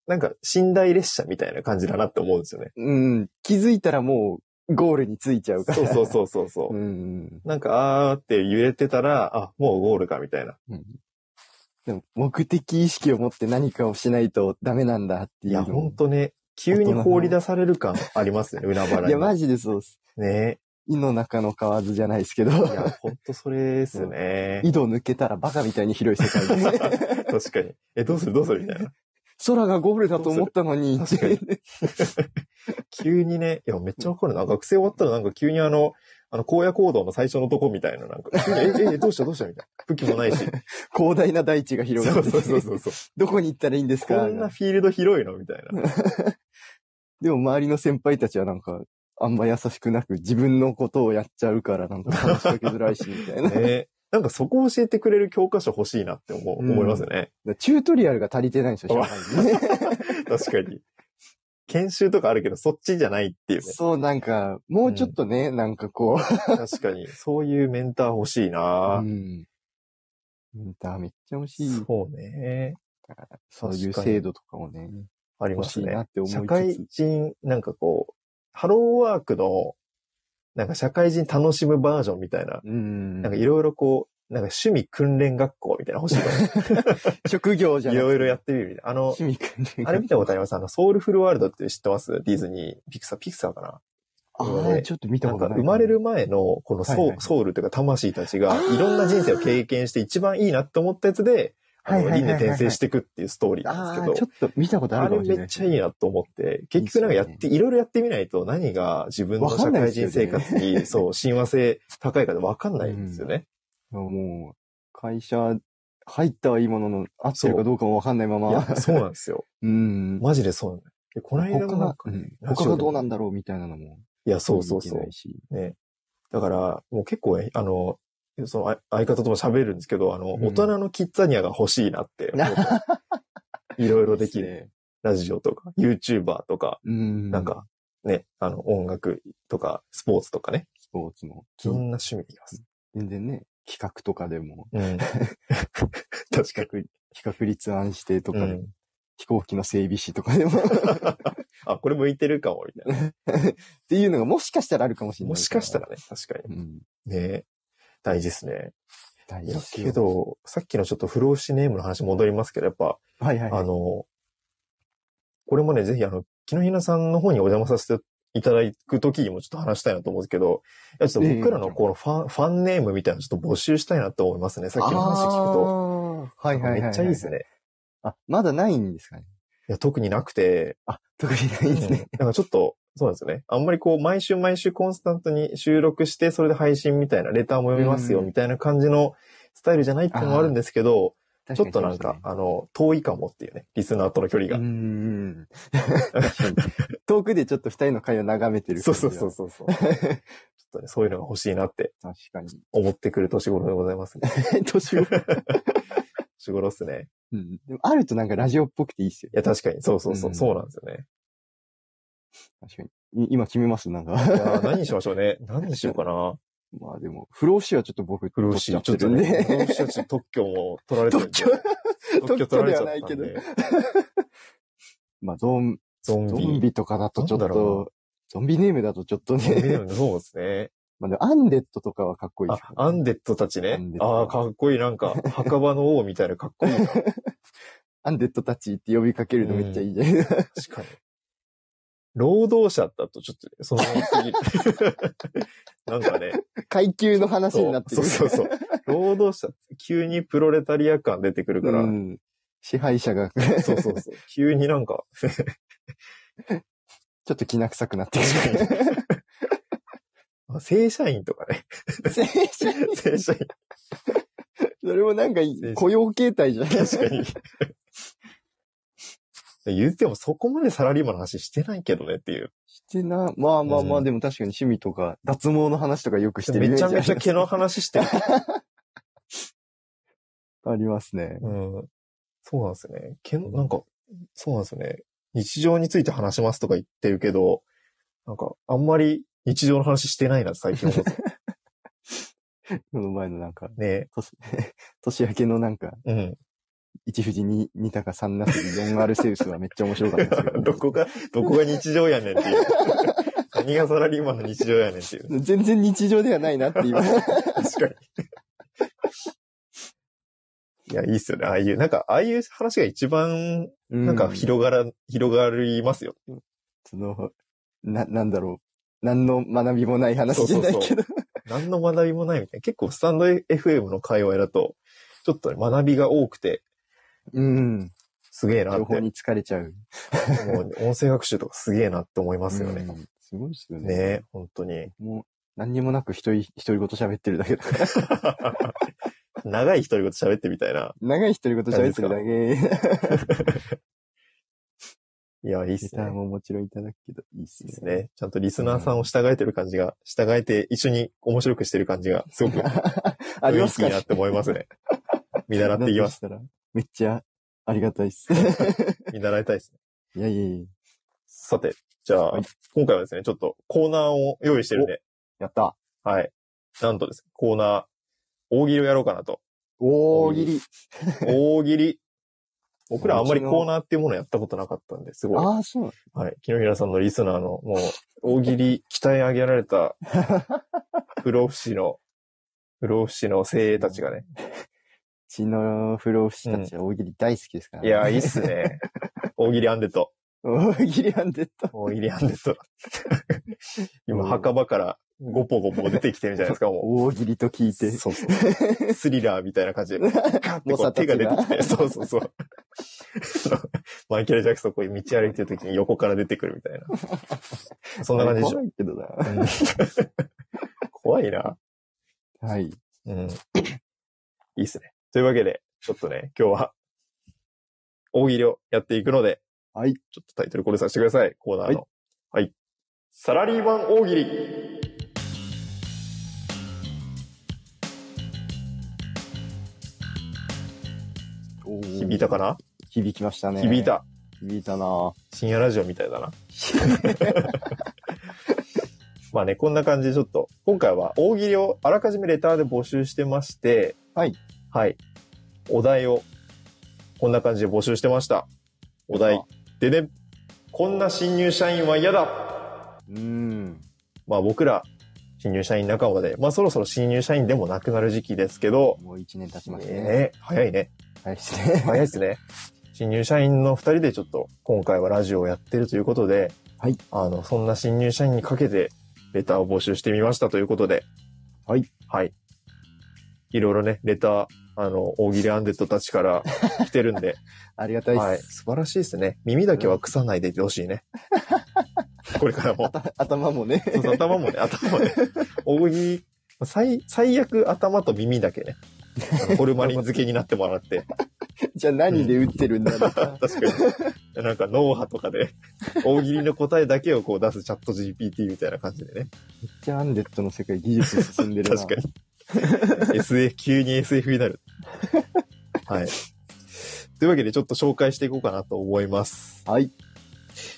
Speaker 1: なんか寝台列車みたいな感じだなって思うんですよね。
Speaker 2: うん、気づいたらもう、ゴールについちゃうから。
Speaker 1: そうそうそうそうそうう。
Speaker 2: ん。
Speaker 1: なんか、あーって揺れてたら、あ、もうゴールかみたいな。
Speaker 2: でも、目的意識を持って何かをしないとダメなんだって
Speaker 1: い
Speaker 2: いう
Speaker 1: や、
Speaker 2: の
Speaker 1: ほんとね、急に放り出される感ありますね、海原に。
Speaker 2: いや、マジでそうっす。
Speaker 1: ね
Speaker 2: 井の中の蛙じゃないですけど。
Speaker 1: いや、ほんとそれですね。
Speaker 2: 井戸抜けたらバカみたいに広い世界です。
Speaker 1: 確かに。え、どうするどうするみたいな。
Speaker 2: 空がゴールだと思ったのに。
Speaker 1: 確かに急にね、いや、めっちゃわかるな。学生終わったらなんか急にあの、あの、荒野行動の最初のとこみたいな、なんか、え、え、 えどうしたどうしたみたいな。武器もないし。
Speaker 2: 広大な大地が広
Speaker 1: そ
Speaker 2: が
Speaker 1: う
Speaker 2: ってて
Speaker 1: そうそうそうそう。
Speaker 2: どこに行ったらいいんですか
Speaker 1: こんなフィールド広いのみたいな。
Speaker 2: でも周りの先輩たちはなんか、あんま優しくなく自分のことをやっちゃうからなんか話しかけづらいし、みた いな。
Speaker 1: ね、なんかそこを教えてくれる教科書欲しいなって思う、
Speaker 2: うん
Speaker 1: 思いますね。
Speaker 2: チュートリアルが足りてないんですよ、社会にね。
Speaker 1: 確かに。研修とかあるけど、そっちじゃないっていうね。
Speaker 2: そう、なんか、もうちょっとね、なんかこう、
Speaker 1: 確かに。そういうメンター欲しいな、
Speaker 2: うん。うんだ、めっちゃ欲しい。
Speaker 1: そうね。
Speaker 2: そういう制度とかをね。
Speaker 1: あります
Speaker 2: 欲しいな
Speaker 1: ね
Speaker 2: って。思いつつ
Speaker 1: 社会人、なんかこう、ハローワークの、なんか社会人楽しむバージョンみたいな。
Speaker 2: うん
Speaker 1: なんかいろいろこう、なんか趣味訓練学校みたいなの欲しい
Speaker 2: 職業じ
Speaker 1: な。い
Speaker 2: ゃなくて
Speaker 1: ろいろやってみるみたいな。あの、
Speaker 2: 趣味訓練
Speaker 1: あれ見たことありますあの、ソウルフルワールドって知ってますディズニー、ピクサー、ピクサーかな
Speaker 2: あーちょっと見た
Speaker 1: な
Speaker 2: こ
Speaker 1: ん
Speaker 2: とな
Speaker 1: か
Speaker 2: い。
Speaker 1: 生まれる前のこのソウ,、
Speaker 2: はいはい
Speaker 1: ソウルというか魂たち
Speaker 2: あ
Speaker 1: が
Speaker 2: ー
Speaker 1: いろんな人生を経験して一番いいなって思ったやつで、あ
Speaker 2: はい
Speaker 1: の、
Speaker 2: はいは
Speaker 1: 輪
Speaker 2: いはい
Speaker 1: 廻転生していくっていうストーリーなん
Speaker 2: あ
Speaker 1: ですけ
Speaker 2: ー
Speaker 1: ど
Speaker 2: ちょ。っと見たことあ
Speaker 1: あ
Speaker 2: るか
Speaker 1: れ
Speaker 2: もしれない。
Speaker 1: めっちゃいいなと思って、結局なんかやって、いろいろやってみないと何が自分の
Speaker 2: わか
Speaker 1: 社
Speaker 2: んないで
Speaker 1: 会
Speaker 2: すよ
Speaker 1: 人
Speaker 2: ね
Speaker 1: 生活に、そう、親和性高いかでわかんないんですよね。
Speaker 2: もう、会社入ったはいいものの、合ってるかどうかもわかんないま
Speaker 1: い
Speaker 2: ま。
Speaker 1: や、そうなんですよ。
Speaker 2: うん。
Speaker 1: マジでそうなんだよでこの間も
Speaker 2: 他
Speaker 1: なん
Speaker 2: が、
Speaker 1: か
Speaker 2: う
Speaker 1: ね
Speaker 2: ん
Speaker 1: ラジオ
Speaker 2: 他
Speaker 1: で
Speaker 2: がどうなんだろうみたいなのも。
Speaker 1: いや、そうそうそう
Speaker 2: 見てな。いし
Speaker 1: ね。だから、もう結構、えあの、そのあ相方とも喋るんですけど、あの、
Speaker 2: うん
Speaker 1: 大人のキッザニアが欲しいなって思 って、いろいろできる。
Speaker 2: る。
Speaker 1: ラジオとか、YouTuber とか、
Speaker 2: うん。
Speaker 1: なん、か、ね、あの、音楽とか、スポーツとかね。
Speaker 2: スポーツも。
Speaker 1: そんな趣味できます。
Speaker 2: 全然ね、企画とかでも、
Speaker 1: うん。 確か
Speaker 2: 企画、企画立案してと
Speaker 1: に。
Speaker 2: かでも、飛行機の整備士とかでも、っ
Speaker 1: あ、これ向いてるかも、みたいな。
Speaker 2: ていうのがもしかしたらあるかもしれない。
Speaker 1: もしかしたら。ね、確か
Speaker 2: うん。
Speaker 1: に。ね大事ですね。
Speaker 2: 大
Speaker 1: い
Speaker 2: 事
Speaker 1: や
Speaker 2: で、すよ
Speaker 1: け、ど、さっきのちょっと不老不死ネームの話戻りますけど、やっぱ、
Speaker 2: はいはい。
Speaker 1: あ、の、これもね、ぜひ、あの、木のひなさんの方にお邪魔させていただくときにもちょっと話したいなと思うんですけど、いやちょっと僕らのこのファン、ファンネームみたいなのちょっと募集したいなと思いますね。さっきの話聞くと。
Speaker 2: と。はいはいはい。
Speaker 1: めっちゃいいです。ね。
Speaker 2: あ、まだないんですかね。
Speaker 1: いや、特になくて、
Speaker 2: あ、特にないんですね。
Speaker 1: うんなんかちょっと、そうなんですよね。あんまりこう、毎週毎週コンスタントに収録して、それで配信みたいな、レターも読みますよ、
Speaker 2: うん
Speaker 1: みたいな感じのスタイルじゃないっていうのもあるんですけど、ち
Speaker 2: 確
Speaker 1: ょっとなんか、あの、遠いかもっていうね、リスナーとの距離
Speaker 2: にそう
Speaker 1: が。
Speaker 2: ですね、うーん。確かに 遠くでちょっと二人の会を眺めてる
Speaker 1: そ
Speaker 2: 感
Speaker 1: う
Speaker 2: じ
Speaker 1: そ
Speaker 2: が。
Speaker 1: うそうそうそう。ちょっとね、そういうのが欲しいなって
Speaker 2: 確かに。
Speaker 1: 思ってくる年頃でございますね。
Speaker 2: 年を。
Speaker 1: 年頃っすね。
Speaker 2: うん。でもあるとなんかラジオっぽくていいっすよ
Speaker 1: い。や、確かに、そうそうそう、
Speaker 2: うん
Speaker 1: そうなんですよね。
Speaker 2: 確かに。い今決めますなんか。
Speaker 1: いやー、何にしましょうね。何にしようかな。
Speaker 2: まあでも、不老不死はちょっと僕、
Speaker 1: 不老不死、ちょっ
Speaker 2: 取っちゃ
Speaker 1: と
Speaker 2: ってるん
Speaker 1: ね、不
Speaker 2: で。
Speaker 1: 老不死はちょっと特許も取られてるんで。
Speaker 2: 特
Speaker 1: 特許取られちゃったん
Speaker 2: 特許では
Speaker 1: で。
Speaker 2: まあ、ゾン、
Speaker 1: ゾンビ。
Speaker 2: ゾンビとかだとちょっ
Speaker 1: なんだろ
Speaker 2: と、ゾンビネームだとちょっと
Speaker 1: ゾンビだ
Speaker 2: ね。
Speaker 1: よねそうですね。
Speaker 2: まあでも、アンデッドとかはかっこいいで
Speaker 1: あ
Speaker 2: す、
Speaker 1: アンデッドたち
Speaker 2: ア
Speaker 1: ね
Speaker 2: ンデ。ッド
Speaker 1: ああ、かっこいい。なん か、墓場の王みたいなかっこいいな。確
Speaker 2: アンデッドたちって呼びかけるのめっちゃいいじゃないですか。
Speaker 1: かに。労働者だとちょっと、そのす ぎる。なんかね、
Speaker 2: 階級の話
Speaker 1: そ
Speaker 2: に
Speaker 1: う
Speaker 2: なってく
Speaker 1: そう
Speaker 2: る。
Speaker 1: そうそう。労働者、急にプロレタリア感出てくるから、
Speaker 2: うん。支配者が、 ち
Speaker 1: そうそうそう。急になんか、
Speaker 2: ょっときな臭くなってく る。
Speaker 1: あ正社員とか ね。
Speaker 2: 正社員
Speaker 1: 正社員、
Speaker 2: それもなんか
Speaker 1: 正
Speaker 2: い
Speaker 1: 社
Speaker 2: い
Speaker 1: 員
Speaker 2: 雇用形態じゃないですか。
Speaker 1: 確かに。言ってもそこまでサラリーマンの話してないけどねっていう。
Speaker 2: してな、まあまあま
Speaker 1: う
Speaker 2: あ、
Speaker 1: ん
Speaker 2: でも確かに趣味とか、脱毛の話とかよくしてるイメ
Speaker 1: め
Speaker 2: ージ
Speaker 1: ち
Speaker 2: あ
Speaker 1: ゃ
Speaker 2: り
Speaker 1: め
Speaker 2: ま
Speaker 1: ち
Speaker 2: す
Speaker 1: ゃ毛の話してる。
Speaker 2: ありますね。
Speaker 1: うん。そうなんですよね。毛の、なんか、そうなんですよね。日常について話しますとか言ってるけど、なんか、あんまり日常の話してないな、最近思って。
Speaker 2: この前のなんか、
Speaker 1: ね
Speaker 2: 年 年明けのなんか、
Speaker 1: うん。
Speaker 2: 一富士二二鷹三なすび四アルセウスはめっちゃ面白かったですけ ど。
Speaker 1: どこが、どこが日常やねんって いう。何がサラリーマンの日常やねんっていう。
Speaker 2: 全然日常ではないなって今。
Speaker 1: 確かに。いや、いいっすよね。ああいう、なんか、ああいう話が一番、
Speaker 2: な
Speaker 1: なんか、広がら、広がりますよ。
Speaker 2: その、な、なんだろう。何の学びもない話じゃないけど。
Speaker 1: 何の学びもないみたいな。結構、スタンド FM の界隈だと、ちょっとね、学びが多くて、
Speaker 2: うん。
Speaker 1: すげえな っ
Speaker 2: 情報
Speaker 1: て。
Speaker 2: に疲れちゃう。
Speaker 1: もう、音声学習とかすげえなって思いますよね。
Speaker 2: うんすごいですよね。
Speaker 1: ね本当に。
Speaker 2: も何にもなく一人、一人ごと喋ってるだけ だから。
Speaker 1: 長い独り言喋ってみたいな。
Speaker 2: 長い一人ごと喋ってるだけ。
Speaker 1: いや、いいっ
Speaker 2: ギ
Speaker 1: す
Speaker 2: ター
Speaker 1: ね。
Speaker 2: ももちろんいただくけど、いいっす
Speaker 1: いい
Speaker 2: ね
Speaker 1: っ。すね。ちゃんとリスナーさんを従えてる感じが、従えて一緒に面白くしてる感じが、すごく
Speaker 2: あり
Speaker 1: い
Speaker 2: ま
Speaker 1: い
Speaker 2: すか
Speaker 1: いなって思いますね。見習
Speaker 2: だ
Speaker 1: っていきます。
Speaker 2: す。だとしたらめっちゃありがたい っす。
Speaker 1: 見習いたいですね。
Speaker 2: いやいやいや。
Speaker 1: さて、じゃあ、
Speaker 2: はい
Speaker 1: 今回はですね、ちょっとコーナーを用意してるんで、
Speaker 2: やった。
Speaker 1: はい。なんとですね、コーナー、大喜利をやろうかな と。
Speaker 2: 大喜利。
Speaker 1: 大喜利。僕らあんまりコーナーっていうものやったことなかったんですごい。
Speaker 2: ああ、そうなん
Speaker 1: はい。木の平さんのリスナーの、もう、大喜利、鍛え上げられ た、不老不死の、不老不死の精鋭たちがね。
Speaker 2: 血の不老不死たちは大喜利大好きですから、
Speaker 1: いや、いいっすね。大喜利アンデッド。
Speaker 2: 大喜利アンデッド。
Speaker 1: 大喜利アンデッド。 今、墓場から、ゴポゴポ出てきてるじゃないですか、も。
Speaker 2: 大喜利と聞いうて。
Speaker 1: そうそう。スリラーみたいな感じで、ガッて
Speaker 2: 猛
Speaker 1: こ
Speaker 2: 者
Speaker 1: う
Speaker 2: た
Speaker 1: 手
Speaker 2: ち
Speaker 1: が
Speaker 2: が
Speaker 1: 出てきて、そうそうそう。 マイケル・ジャクソン、こういう道歩いてる時に横から出てくるみたいな。そんな感じでしょ
Speaker 2: 怖い けどな。
Speaker 1: 怖いな。
Speaker 2: はい。
Speaker 1: うん。いいっすね。というわけで、ちょっとね、今日は、大喜利をやっていくので、
Speaker 2: はい。
Speaker 1: ちょっとタイトルコールさせてください、コーナーの。はい。サラリーマン大喜利。響いたかな、
Speaker 2: 響きましたね。
Speaker 1: 響い。た。
Speaker 2: 響いたな
Speaker 1: 深夜ラジオみたいだな。 まあね、こんな感じでちょっと、今回は大喜利をあらかじめレターで募集してまして、
Speaker 2: はい。
Speaker 1: はい。お題を、こんな感じで募集してました。お題
Speaker 2: あ、
Speaker 1: でね、こんな新入社員は嫌だ
Speaker 2: うーん。
Speaker 1: まあ僕ら、新入社員仲間で、まあそろそろ新入社員でもなくなる時期ですけど、
Speaker 2: もう一年経ちま
Speaker 1: ね
Speaker 2: すね。
Speaker 1: え早いね。
Speaker 2: はい、して。
Speaker 1: 早いですね。新入社員の二人でちょっと今回はラジオをやってるということで、
Speaker 2: はい
Speaker 1: あの、そんな新入社員にかけてレターを募集してみましたということで、
Speaker 2: はい。
Speaker 1: はい。いろいろね、レター、あの、大喜利アンデッドたちから来てるんで、
Speaker 2: ありがたいっす。
Speaker 1: はい。素晴らしいですね。耳だけは腐さないでいてほしい ね。これからも。
Speaker 2: 頭もね。
Speaker 1: そうそう頭もね、頭もね。大喜利、最、最悪頭と耳だけね。あのホルマリン漬けになってもらって。
Speaker 2: じゃあ何で打ってるんだろうな。
Speaker 1: 確かに。 なんか脳波とかで、大喜利の答えだけをこう出すチャット GPT みたいな感じでね。
Speaker 2: めっちゃアンデッドの世界技術進んでるな。
Speaker 1: 確かに。SF、急に SF になる。はい。というわけでちょっと紹介していこうかなと思います。
Speaker 2: はい。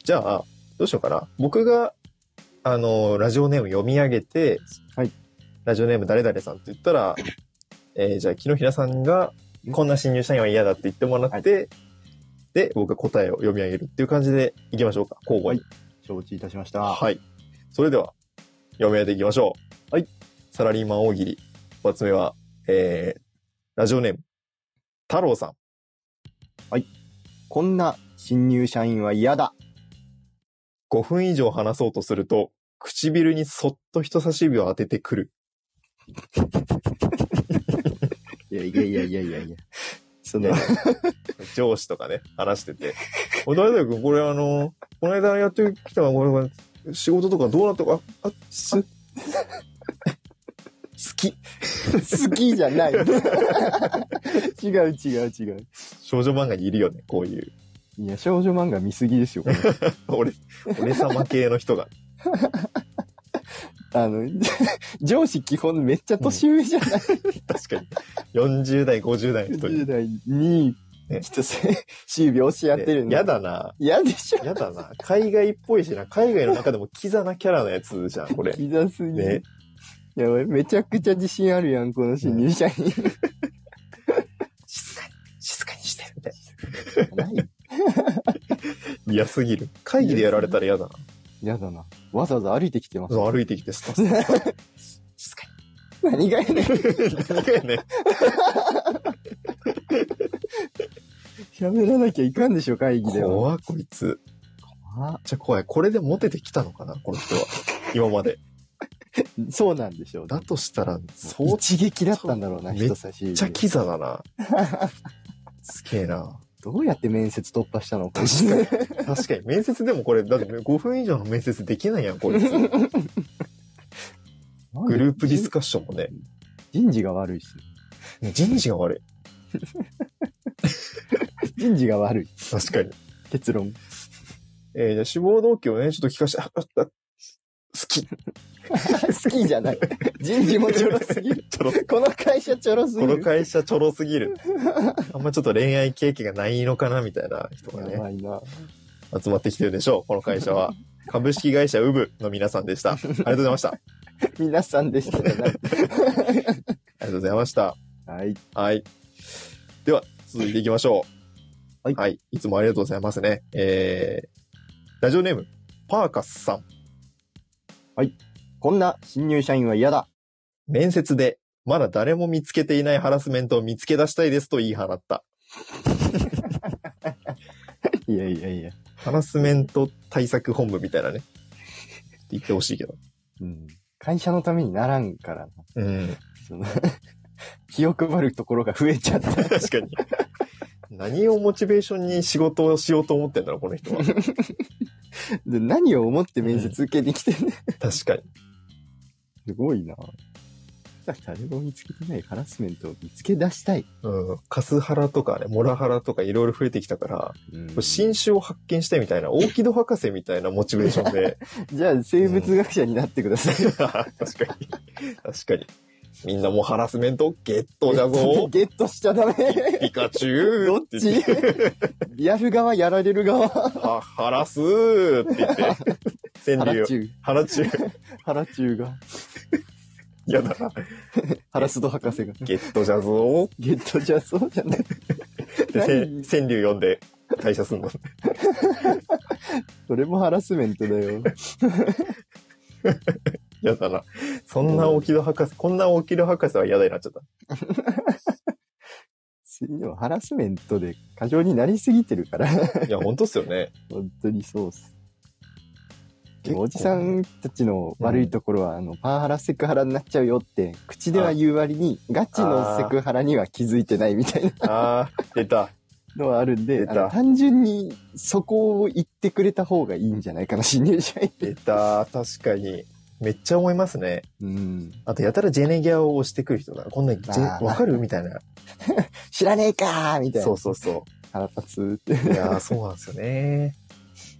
Speaker 1: じゃあ、どうしようかな。僕が、あの、ラジオネーム読み上げて、
Speaker 2: はい。
Speaker 1: ラジオネーム誰々さんって言ったら、えーじゃあ、木の平さんが、こんな新入社員は嫌だって言ってもらって、で、僕が答えを読み上げるっていう感じでいきましょうか。交互に。
Speaker 2: 承知いたしました。
Speaker 1: はい。それでは、読み上げていきましょう。
Speaker 2: はい。
Speaker 1: サラリーマン大喜利。一発目は、えー、ラジオネーム、太郎さん。
Speaker 2: こんな新入社員は嫌だ。
Speaker 1: 5分以上話そうとすると、唇にそっと人差し指を当ててくる。
Speaker 2: いやいやいやいやいや いや。その、
Speaker 1: ね上司とかね、話して て。おい誰だよ、これあの、この間やってきたのこれこれ、仕事とかどうなったか、あ、あ、す、 好き。
Speaker 2: 好きじゃ ない。違う違う違う。
Speaker 1: 少女漫画にいるよね、こういう。
Speaker 2: いや、少女漫画見すぎですよ。これ
Speaker 1: 俺、俺様系の人が。
Speaker 2: あの、 上司基本めっちゃ年上じゃない。
Speaker 1: 確かに。40代、50代の人 に。
Speaker 2: 10代に
Speaker 1: ね、
Speaker 2: 人差 し指押し合ってる
Speaker 1: や。だな。
Speaker 2: 嫌でしょ。
Speaker 1: やだな。海外っぽいしな。海外の中でもキザなキャラのやつじゃん、これ。
Speaker 2: ひざすぎ。
Speaker 1: ね。
Speaker 2: やばい、めちゃくちゃ自信あるやん、この新入社員。
Speaker 1: 静かに、静かにしてみたい
Speaker 2: ない
Speaker 1: な。嫌すぎる。会議でやられたら嫌だな。
Speaker 2: 嫌だな。わざわざ歩いてきてます。
Speaker 1: そう歩いてきて、スタッフ。静か
Speaker 2: 何がやねん。
Speaker 1: に。何 ね。
Speaker 2: 喋らなきゃいかんでしょ、会議では。
Speaker 1: 怖っこいつ。めっ
Speaker 2: あ
Speaker 1: ちゃ怖い。これでモテてきたのかな、この人は。今まで。
Speaker 2: そうなんでしょう。
Speaker 1: だとした ら、相当
Speaker 2: 一撃だったんだろうな、
Speaker 1: そう
Speaker 2: 人差し
Speaker 1: めっちゃ
Speaker 2: 指。
Speaker 1: キザだな。すげえな。
Speaker 2: どうやって面接突破したのか。
Speaker 1: 確かに面接でもこれだって5分以上の面接できないやんこいつグループディスカッションもね、
Speaker 2: 人事が悪いっすね。
Speaker 1: 人事が悪
Speaker 2: 人事が悪い。
Speaker 1: い。確かに。
Speaker 2: 結論。
Speaker 1: えーじゃあ志望動機をね、ちょっと聞かせて、あ、あ、あ好き。
Speaker 2: 好きじゃ ない。人事もちょろすぎる。
Speaker 1: ちょろ、
Speaker 2: この会社ちょろすぎ
Speaker 1: この
Speaker 2: る。
Speaker 1: 会社ちょろすぎる。あんまちょっと恋愛経験がないのかな、みたいな人が
Speaker 2: や
Speaker 1: ね、
Speaker 2: ばいな。
Speaker 1: 集まってきてるでしょう、この会社は。株式会社ウブの皆さんでした。ありがとうございました。あり
Speaker 2: 皆さんでしたじゃない。
Speaker 1: がとうございました。
Speaker 2: はい。
Speaker 1: はい。では、続いていきましょう。
Speaker 2: はい
Speaker 1: はい。いつもありがとうございますね。えー、ラジオネーム、パーカスさん。
Speaker 2: こんな新入社員は嫌だ。
Speaker 1: 面接で、まだ誰も見つけていないハラスメントを見つけ出したいですと言い放った。
Speaker 2: いやいやいや。
Speaker 1: ハラスメント対策本部みたいなね。って言ってほしいけど。
Speaker 2: うん。会社のためにならんからな。
Speaker 1: うん。
Speaker 2: その 気を配るところが増えちゃった。
Speaker 1: 確かに。何をモチベーションに仕事をしようと思ってんだろう、この人は。
Speaker 2: で何を思って面接受けに来てんね。
Speaker 1: 確かに。
Speaker 2: すごいな。誰も見つけてないハラスメントを見つけ出したい。
Speaker 1: うん。カスハラとかね、モラハラとかいろいろ増えてきたから、
Speaker 2: うん
Speaker 1: 新種を発見したいみたいな、大木戸博士みたいなモチベーション で。
Speaker 2: じゃあ生物学者になってください。
Speaker 1: 確かに。確かに。みんなもうハラスメントゲットじゃぞ。
Speaker 2: ゲットしちゃダメ。
Speaker 1: ピカチュウ
Speaker 2: どっちやる側、やられる側。
Speaker 1: は、ハラスーって言って。
Speaker 2: ハ
Speaker 1: 川柳
Speaker 2: ラ。チュウ。
Speaker 1: ハラチュウ。
Speaker 2: ハラチュウが。
Speaker 1: やだな。
Speaker 2: ハラスド博士が。
Speaker 1: ゲットじゃぞ
Speaker 2: ゲットじゃそうじゃない。
Speaker 1: ーってせん川
Speaker 2: 何
Speaker 1: 柳読んで退社すんの。
Speaker 2: それもハラスメントだよ。
Speaker 1: やだな。そんな大木戸博士、こんな大木戸博士は嫌だになっちゃった。
Speaker 2: でもハラスメントで過剰になりすぎてるから。
Speaker 1: いや、本当っすよね。
Speaker 2: 本当にそうっす。
Speaker 1: 結構
Speaker 2: おじさんたちの悪いところは、あの、パワハラセクハラになっちゃうよって、口では言う割に、ガチのセクハラには気づいてないみたいな
Speaker 1: あー、出た。
Speaker 2: のはあるんで
Speaker 1: 出、
Speaker 2: あ
Speaker 1: た
Speaker 2: の単純にそこを言ってくれた方がいいんじゃないかな、新入社員って。
Speaker 1: 出た。確かに。めっちゃ思いますね。
Speaker 2: うん。
Speaker 1: あと、やたらジェネギアを押してくる人が、こんなジェ
Speaker 2: あー
Speaker 1: わかるみたいな。
Speaker 2: 知らねえかーみたいな。
Speaker 1: そうそうそ
Speaker 2: 腹立つって。
Speaker 1: う。いやー、そうなんですよ ね。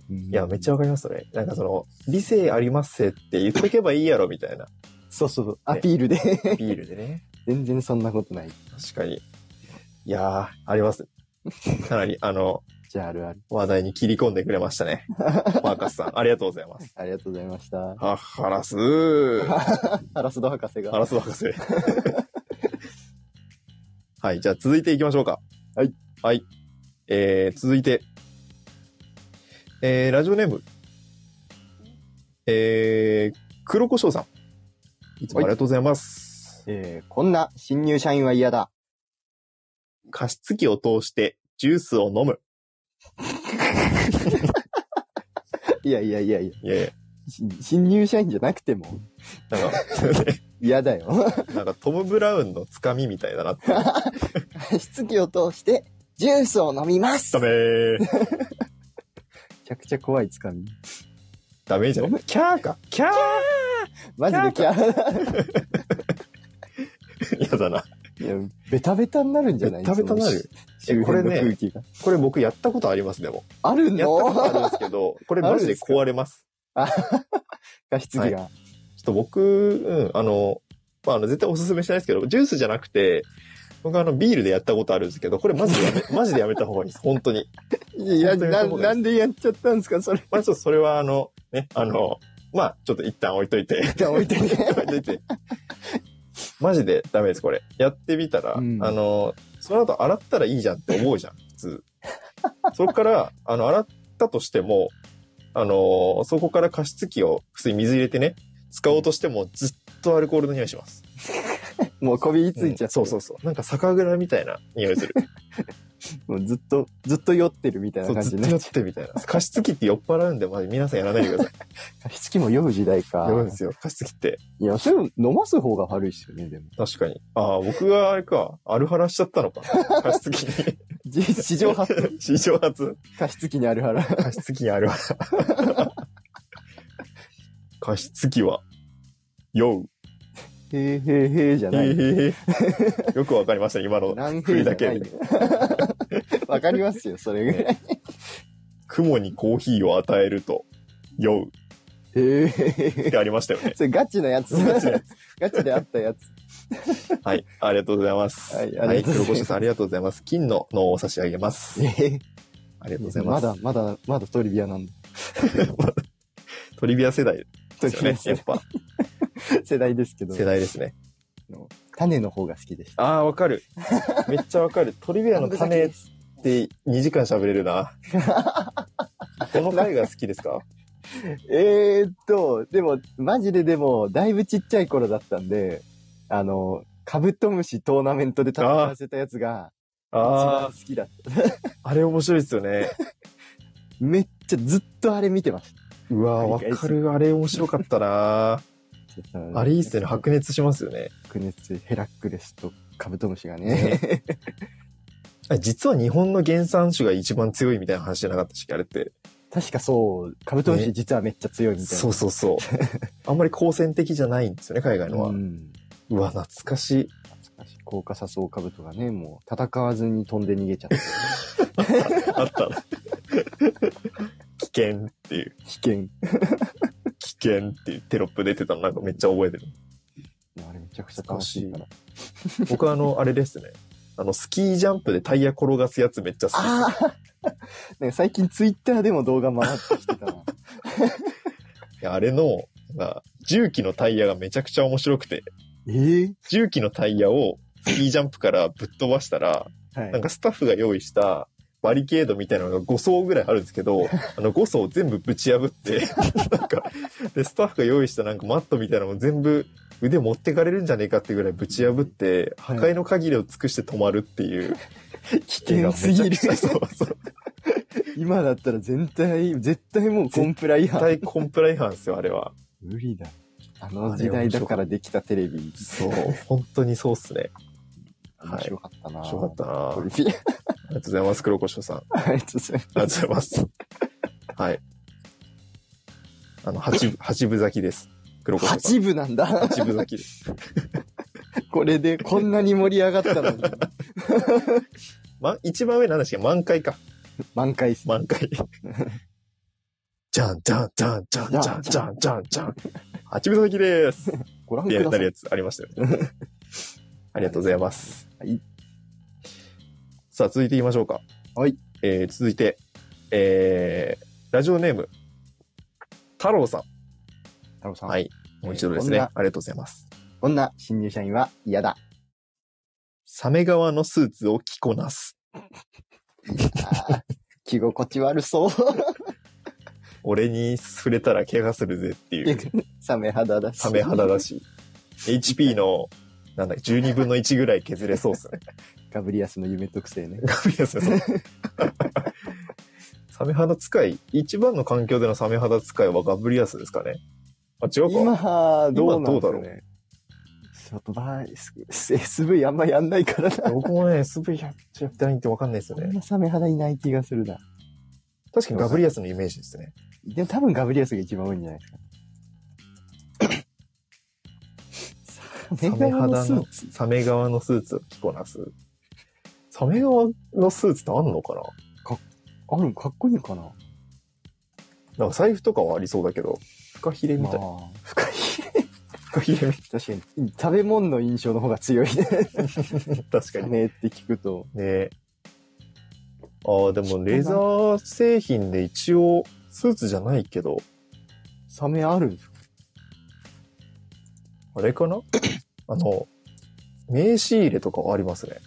Speaker 2: い
Speaker 1: いや、めっちゃわかります、それ。なんかその、理性ありますせって言っとけばいいやろ、み たいな。
Speaker 2: そうそうそう。アピールで。
Speaker 1: ビールでね。
Speaker 2: 全然そんなことない。
Speaker 1: 確かに。いやー、あります。 かなり、あの、
Speaker 2: じゃあ、あるある。
Speaker 1: 話題に切り込んでくれました ね。マーカスさん、ありがとうございます。
Speaker 2: ありがとうございました。
Speaker 1: あ、ハラスー。
Speaker 2: ハラスド博 士
Speaker 1: ハ
Speaker 2: が。
Speaker 1: ラス博士。はい、じゃあ続いていきましょうか。
Speaker 2: はい。
Speaker 1: はい。えー、続いて。えー、ラジオネーム。えー、黒胡椒さん。いつもありがとうございます。
Speaker 2: えー、こんな新入社員は嫌だ。
Speaker 1: 加湿器を通してジュースを飲む。
Speaker 2: いやいやいやいや。
Speaker 1: いやいや、
Speaker 2: 新新入社員じゃなくても
Speaker 1: なんか、
Speaker 2: 嫌だよ。
Speaker 1: なんか トム・ブラウンのつかみみたいだなって。
Speaker 2: 質器を通してジュースを飲みます
Speaker 1: ダ
Speaker 2: め
Speaker 1: メー。
Speaker 2: ちゃくちゃ怖いつかみ。
Speaker 1: ダメじゃん。キャーか。キャー
Speaker 2: マジでキャー。
Speaker 1: やだな。
Speaker 2: いや、ベタベタになるんじゃない
Speaker 1: ベタベタなる。
Speaker 2: その周辺の
Speaker 1: えこれね
Speaker 2: 空気が。
Speaker 1: これ僕やったことあります、でも。
Speaker 2: ある
Speaker 1: やったことあるん
Speaker 2: の
Speaker 1: ですけど、これマジで壊れます。
Speaker 2: 加湿 器
Speaker 1: ちょ
Speaker 2: が。
Speaker 1: っと僕、うん、あの、まあ、あの、絶対おすすめしないですけど、ジュースじゃなくて、僕あの、ビールでやったことあるんですけど、これマジでやめ、マジでやめた方がいいです。本当に。
Speaker 2: いや、
Speaker 1: 本当にそう
Speaker 2: な
Speaker 1: です
Speaker 2: なんでやっちゃったんですかそれ。
Speaker 1: まあ、ちょっとそれはあの、ね、あの、まあ、ちょっと一旦置いといて。
Speaker 2: じゃあ置いてね。
Speaker 1: 置いといて。マジでダメです、これ。やってみたら、
Speaker 2: うん
Speaker 1: あの、その後洗ったらいいじゃんって思うじゃん、普通。そこから、あの、洗ったとしても、あの、そこから加湿器を普通に水入れてね、使おうとしてもずっとアルコールの匂いします。
Speaker 2: もうこびりついちゃって。
Speaker 1: そうそうそう。なんか酒蔵みたいな匂いする。
Speaker 2: もうずっと、ずっと酔ってるみたい
Speaker 1: そ
Speaker 2: な
Speaker 1: う、
Speaker 2: 感
Speaker 1: ず
Speaker 2: じ
Speaker 1: っ
Speaker 2: に
Speaker 1: と
Speaker 2: な
Speaker 1: や
Speaker 2: っ
Speaker 1: っ
Speaker 2: ちゃ
Speaker 1: てみたいな。加湿器って酔っ払うんで、まじ皆さんやらないでください。
Speaker 2: う。加湿器も酔う時代か
Speaker 1: や。ばいですよ。加湿器って。
Speaker 2: いや、それ飲ます方が悪いですよね、で も。
Speaker 1: 確かに。ああ、僕があれか、アルハラしちゃったの か。加湿器に。
Speaker 2: じ史上初、
Speaker 1: 史上初。
Speaker 2: 加湿器にあるはら。
Speaker 1: 加湿器にア ルハラ。加湿器は、酔う。
Speaker 2: へーへーへーじゃない。
Speaker 1: へーよくわかりました、今の
Speaker 2: 何
Speaker 1: 振
Speaker 2: 平
Speaker 1: り
Speaker 2: じ
Speaker 1: だ
Speaker 2: ゃな
Speaker 1: け
Speaker 2: いよ。わかりますよ、それぐらい。
Speaker 1: 雲にコーヒーを与えると酔う
Speaker 2: へえ。
Speaker 1: っ。てありましたよね
Speaker 2: それガチなやつ。
Speaker 1: ガチなや
Speaker 2: ガチであったやつ。
Speaker 1: はい、ありがとうございます。
Speaker 2: はいありがとうございます
Speaker 1: 黒胡椒さんありがとうございます。金の脳を差し上げます。
Speaker 2: え
Speaker 1: ありがとうござ
Speaker 2: え
Speaker 1: いま。
Speaker 2: ますだ、まだ、まだトリビアなんだ。
Speaker 1: トリビア世代
Speaker 2: ト
Speaker 1: で
Speaker 2: リ
Speaker 1: すよね。
Speaker 2: ビア世
Speaker 1: やっ
Speaker 2: 代
Speaker 1: ぱ
Speaker 2: 世代ですけど、
Speaker 1: 世代ですね。
Speaker 2: 種の方が好きでした。
Speaker 1: ああ、わかる。めっちゃわ かる。トリビアの種っ
Speaker 2: です
Speaker 1: て2時間喋れる な。この回が好きですか
Speaker 2: えーっと、でも、マジででも、だいぶちっちゃい頃だったんで、あの、カブトムシトーナメントで戦わせたやつが、一番
Speaker 1: あ
Speaker 2: 好きだった。
Speaker 1: あ、あれ面白いですよね。
Speaker 2: めっちゃずっとあれ見てまし
Speaker 1: うわーわ
Speaker 2: 繰り返
Speaker 1: か
Speaker 2: し
Speaker 1: る。あれ面白かったな。
Speaker 2: た。
Speaker 1: あれいいっすよね。白熱しますよね。
Speaker 2: 白熱、ヘラクレスとカブトムシがね。
Speaker 1: あ実は日本の原産種が一番強いみたいな話じゃなかったし、あれって。
Speaker 2: 確かそう、カブトムシ実はめっちゃ強いみたいな。
Speaker 1: そうそうそう。あんまり好戦的じゃないんですよね、海外のは。う
Speaker 2: うん。
Speaker 1: わ、懐かしい。
Speaker 2: 懐かしいコーカサソウカブトがね、もう戦わずに飛んで逃げちゃ った。
Speaker 1: あったな。 危険っていう、
Speaker 2: 危険。
Speaker 1: 危険っていうテロップ出てたのなんかめっちゃ覚えてる。
Speaker 2: あれめちゃくちゃ楽しいから。
Speaker 1: 僕はあの、あれですね。あの、スキージャンプでタイヤ転がすやつめっちゃ好きです。
Speaker 2: あ あね最近ツイッターでも動画回ってきてたな。
Speaker 1: いやあれの、なんか重機のタイヤがめちゃくちゃ面白くて、
Speaker 2: え
Speaker 1: 重機のタイヤをスキージャンプからぶっ飛ばしたら、
Speaker 2: えはい。
Speaker 1: なんかスタッフが用意したバリケードみたいなのが5層ぐらいあるんですけど、あの5層全部ぶち破って、 なんか、で、スタッフが用意したなんかマットみたいなのも全部腕持ってかれるんじゃねえかってぐらいぶち破って、破
Speaker 2: はい
Speaker 1: 壊の限りを尽くして止まるっていう
Speaker 2: 危険す ぎる。
Speaker 1: そうそう。
Speaker 2: 今だったら全体、絶対もうコンプライア
Speaker 1: 絶
Speaker 2: ンス。
Speaker 1: 対コンプライアンスよ、あれは。
Speaker 2: 無理だ。あの時代だからできたテレビ、
Speaker 1: そう、本当にそうっすね。
Speaker 2: 面白かったな。
Speaker 1: 面白かったなあ
Speaker 2: トリビア
Speaker 1: りがとうございます、黒胡椒さん。あ
Speaker 2: ありがとうござい
Speaker 1: り
Speaker 2: ます。
Speaker 1: がとうございます。はい。あの、八分、八分咲きです。黒胡椒さん。
Speaker 2: 8部なんだ。
Speaker 1: 八分咲きです。
Speaker 2: これでこんなに盛り上がった のに。
Speaker 1: ま、一番上なんですけど、満開か。
Speaker 2: 満開っす。
Speaker 1: 満開。じゃんじゃんじゃんじゃんじゃんじゃんじゃんじゃん。八分咲きです。っ
Speaker 2: ご覧
Speaker 1: て
Speaker 2: くだ
Speaker 1: な
Speaker 2: さ
Speaker 1: る
Speaker 2: い。
Speaker 1: やつありましたよね。 ありがとうございます。
Speaker 2: はい。
Speaker 1: さあ、続いていきましょうか。
Speaker 2: はい。
Speaker 1: えー、続いて、えー、ラジオネーム、太郎さん。
Speaker 2: 太郎さん。
Speaker 1: はい。もう一度ですね。
Speaker 2: こん
Speaker 1: あ
Speaker 2: な
Speaker 1: りがとうございます。
Speaker 2: こんな新入社員は嫌だ。
Speaker 1: サメ側のスーツを着こなす。
Speaker 2: あー着心地悪そう。
Speaker 1: 俺に触れたら怪我するぜっていう。
Speaker 2: サメ肌だし。
Speaker 1: サメ肌だし。HP の、なんだっけ、12分の1ぐらい削れそうっすね。
Speaker 2: ガブリアスの夢特性ね。
Speaker 1: ガビアス さんサメ肌使い、一番の環境でのサメ肌使いはガブリアスですかね。あ、違うか。
Speaker 2: 今、どうなん
Speaker 1: 今どう
Speaker 2: だ
Speaker 1: だ
Speaker 2: ろ
Speaker 1: ろう
Speaker 2: うね。ちょっとバー、S- SV あんまやんないからな。
Speaker 1: 僕もね、SV やってないってわかんないですよ
Speaker 2: こん
Speaker 1: ね。
Speaker 2: なサメ肌いない気がするな。
Speaker 1: 確かにガブリアスのイメージですね。
Speaker 2: でも多分ガブリアスが一番多いんじゃないですか。
Speaker 1: サメ肌の、サメ側のスーツを着こなす。サメ側のスーツってあんのかな
Speaker 2: あるかっこいいのかな
Speaker 1: なんか財布とかはありそうだけど、フカヒレみたい。
Speaker 2: まあ深い。
Speaker 1: フカヒレみ
Speaker 2: 確かに。食べ物の印象の方が強いね。
Speaker 1: たい。確か
Speaker 2: サ
Speaker 1: に。
Speaker 2: メって聞くと。
Speaker 1: ねああ、でもレザー製品で一応、スーツじゃないけど、
Speaker 2: サメあるんですか
Speaker 1: あれか なあの、名刺入れとかはありますね。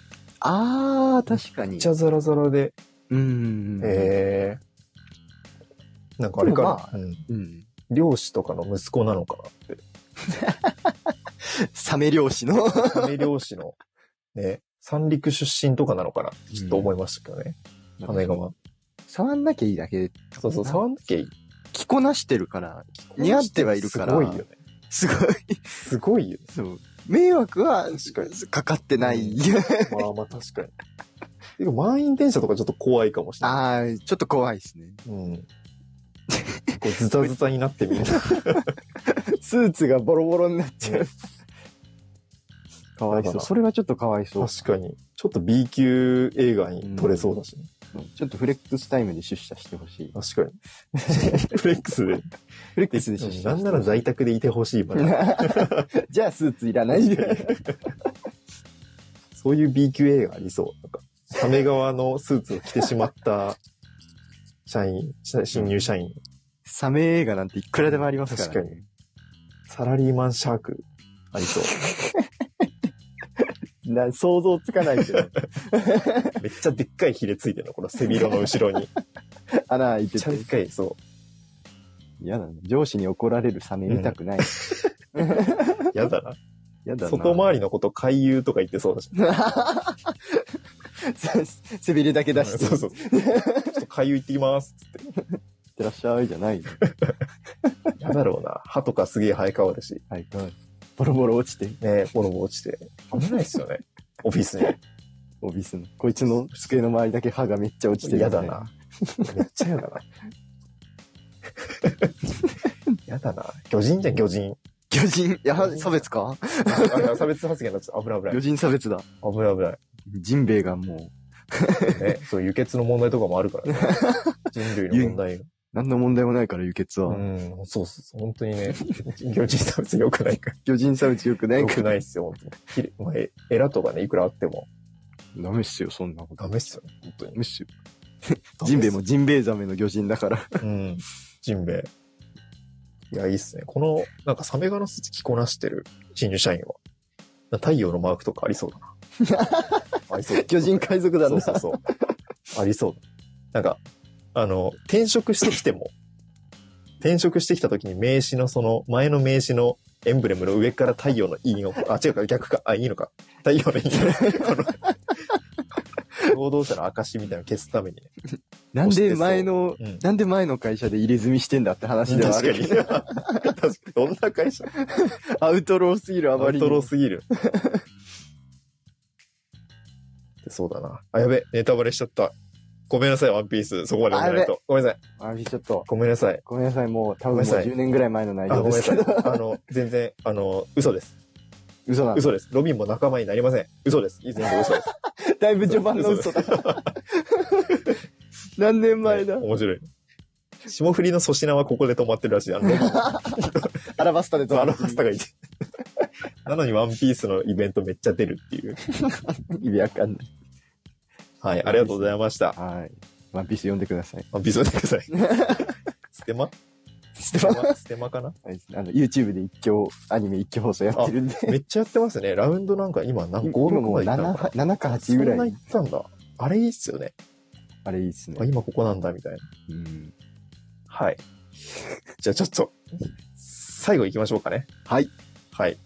Speaker 2: あー、確かに
Speaker 1: めっちゃザラザラで。
Speaker 2: うん。
Speaker 1: えー、なんかあれかな、うん
Speaker 2: うん。
Speaker 1: 漁師とかの息子なのかなって。
Speaker 2: サメ漁師の。
Speaker 1: サメ漁師の、ね、三陸出身とかなのかなってちょっと思いましたけどね。サメ側。
Speaker 2: 触んなきゃいいだけで、
Speaker 1: そうそう、触んなきゃいい。
Speaker 2: 着こなしてるから、似合ってはいるから
Speaker 1: すごいよね。
Speaker 2: すごい。
Speaker 1: すごいよね。
Speaker 2: そう。迷惑は
Speaker 1: 確
Speaker 2: かかってない。
Speaker 1: まあまあ確かに。てか満員電車とかちょっと怖いかもしれない。
Speaker 2: あー、ちょっと怖いですね。
Speaker 1: うん。こうズタズタになってみる。
Speaker 2: スーツがボロボロになっちゃう。かわい
Speaker 1: だか
Speaker 2: そう。
Speaker 1: ら
Speaker 2: それはちょっとかわいそう。
Speaker 1: 確かに。ちょっと B 級映画に撮れそうだしね。
Speaker 2: ちょっとフレックスタイムで出社してほしい。
Speaker 1: 確か に。フレックスで。
Speaker 2: フレックスで出社して
Speaker 1: な
Speaker 2: ほし
Speaker 1: ん
Speaker 2: い。
Speaker 1: なら在宅でいてほしい場合。
Speaker 2: じゃあスーツいらないで。
Speaker 1: そういう B 級映画ありそう。なんか、サメ側のスーツを着てしまった社員、社新入社員。
Speaker 2: サメ映画なんていくらでもありますから、
Speaker 1: 確
Speaker 2: ね。
Speaker 1: かに。サラリーマンシャーク、あり そう。
Speaker 2: な想像つかないけど。
Speaker 1: めっちゃでっかいヒレついてるの、この背広の後 ろに。
Speaker 2: 穴開い
Speaker 1: め
Speaker 2: て
Speaker 1: っちゃで
Speaker 2: て
Speaker 1: っ。かい、そ
Speaker 2: 嫌だね。上司に怒られるサメ見たくない。
Speaker 1: う。やだな。
Speaker 2: 嫌だな。
Speaker 1: 外回りのこと、回遊とか言ってそうだし。
Speaker 2: 背びれだけ 出して、
Speaker 1: そうそ
Speaker 2: いっ
Speaker 1: う。ちょっと回遊行ってきます。つって。
Speaker 2: てらっしゃいじゃないよ。
Speaker 1: やだろうな。歯とかすげえ生え変わるし。
Speaker 2: はい、はい。ボロボロ落ちて、
Speaker 1: ねボロボロ落ちて。危ないっすよ ね。オフィスに。
Speaker 2: オフィスの。こいつの机の周りだけ歯がめっちゃ落ちてる。
Speaker 1: やだな。。めっちゃ やだな。やだな。魚人じゃん、魚人。
Speaker 2: 魚人、やはり差別か
Speaker 1: あれ差別発言になっちゃった。危ない危ない。
Speaker 2: 魚人差別だ。
Speaker 1: 危ない危ない。
Speaker 2: ジンベエがもう、
Speaker 1: ね、そう、輸血の問題とかもあるからね。人類の問題。
Speaker 2: 何の問題もないから輸血は。
Speaker 1: うん、そうそうそう、本当にね、 魚人差別良くないから。
Speaker 2: 魚人差別よくない
Speaker 1: 良
Speaker 2: か
Speaker 1: く
Speaker 2: ら。
Speaker 1: ないっすよ、本当にきれ。まあ、えエラとかね、いくらあっても、
Speaker 2: ダメっすよ、そんなこと。
Speaker 1: ダメっすよね、本当に。
Speaker 2: むしろ。ジンベエもジンベエザメの魚人だから。
Speaker 1: うん、ジンベエ。いや、いいっすね。この、なんかサメ柄のスーツ着こなしてる新入社員は、太陽のマークとかありそうだな。ありそうだ
Speaker 2: 魚人海賊だ
Speaker 1: そ
Speaker 2: な
Speaker 1: う。そうそう。ありそう。なんか、あの、転職してきても、転職してきた時に名刺のその、前の名刺のエンブレムの上から太陽のいいの、あ、違うか、逆か、あ、いいのか。太陽のいいの。この労働者の証みたいなの消すためにね。
Speaker 2: なんで前の、
Speaker 1: うん。
Speaker 2: なんで前の会社で入れ墨してんだって話
Speaker 1: 確
Speaker 2: では
Speaker 1: か
Speaker 2: あ
Speaker 1: に。
Speaker 2: るけど
Speaker 1: 確。 かに。どんな会社
Speaker 2: アウトローすぎるあ
Speaker 1: ア
Speaker 2: ま
Speaker 1: ウ
Speaker 2: り
Speaker 1: トロー
Speaker 2: に。
Speaker 1: すぎる。そうだな。あ、やべ、ネタバレしちゃった。ごめんなさい、ワンピース。そこまで読めないと。ごめんなさい。
Speaker 2: あ、ちょっと。
Speaker 1: ごめんなさい。
Speaker 2: ごめんなさい、もう多分
Speaker 1: ごめ
Speaker 2: もう
Speaker 1: な
Speaker 2: ん
Speaker 1: さい
Speaker 2: 10年ぐらい前の内
Speaker 1: あ、
Speaker 2: 容
Speaker 1: ごめん
Speaker 2: で
Speaker 1: な
Speaker 2: す
Speaker 1: さ
Speaker 2: け
Speaker 1: い
Speaker 2: ど。。
Speaker 1: あの、全然、あの、嘘です。
Speaker 2: 嘘なんだ。
Speaker 1: 嘘です。ロビンも仲間になりません。嘘です。全部嘘です。
Speaker 2: だいぶ序盤の嘘だ。 何年前だ
Speaker 1: ね面白い。霜降りの粗品はここで止まってるらし い。あの、ロビン
Speaker 2: アラバスタで
Speaker 1: とアラファスタがいて。 なのにワンピースのイベントめっちゃ出るっていう。
Speaker 2: 意味わかんない。
Speaker 1: はい、ありがとうございました。
Speaker 2: はい。ワンピース読んでくださ い。
Speaker 1: ワンピースを見てください。ステマ
Speaker 2: 知
Speaker 1: ステマステマかな
Speaker 2: はいあの、YouTube で一挙、アニメ一挙放送やってるんで。
Speaker 1: めっちゃやってますね。ラウンドなんか今何、5、
Speaker 2: 今
Speaker 1: 6
Speaker 2: もう
Speaker 1: まで行ったの
Speaker 2: 7,
Speaker 1: かな
Speaker 2: 7か
Speaker 1: そ
Speaker 2: 8ぐ
Speaker 1: ん
Speaker 2: ら
Speaker 1: ない行。ったんだ。あれいいっすよね。
Speaker 2: あれいいっす
Speaker 1: あ、
Speaker 2: ね。
Speaker 1: 今ここなんだ、みたいな。
Speaker 2: うん
Speaker 1: はい。 じゃあちょっと、最後行きましょうかね。
Speaker 2: はい。
Speaker 1: はい。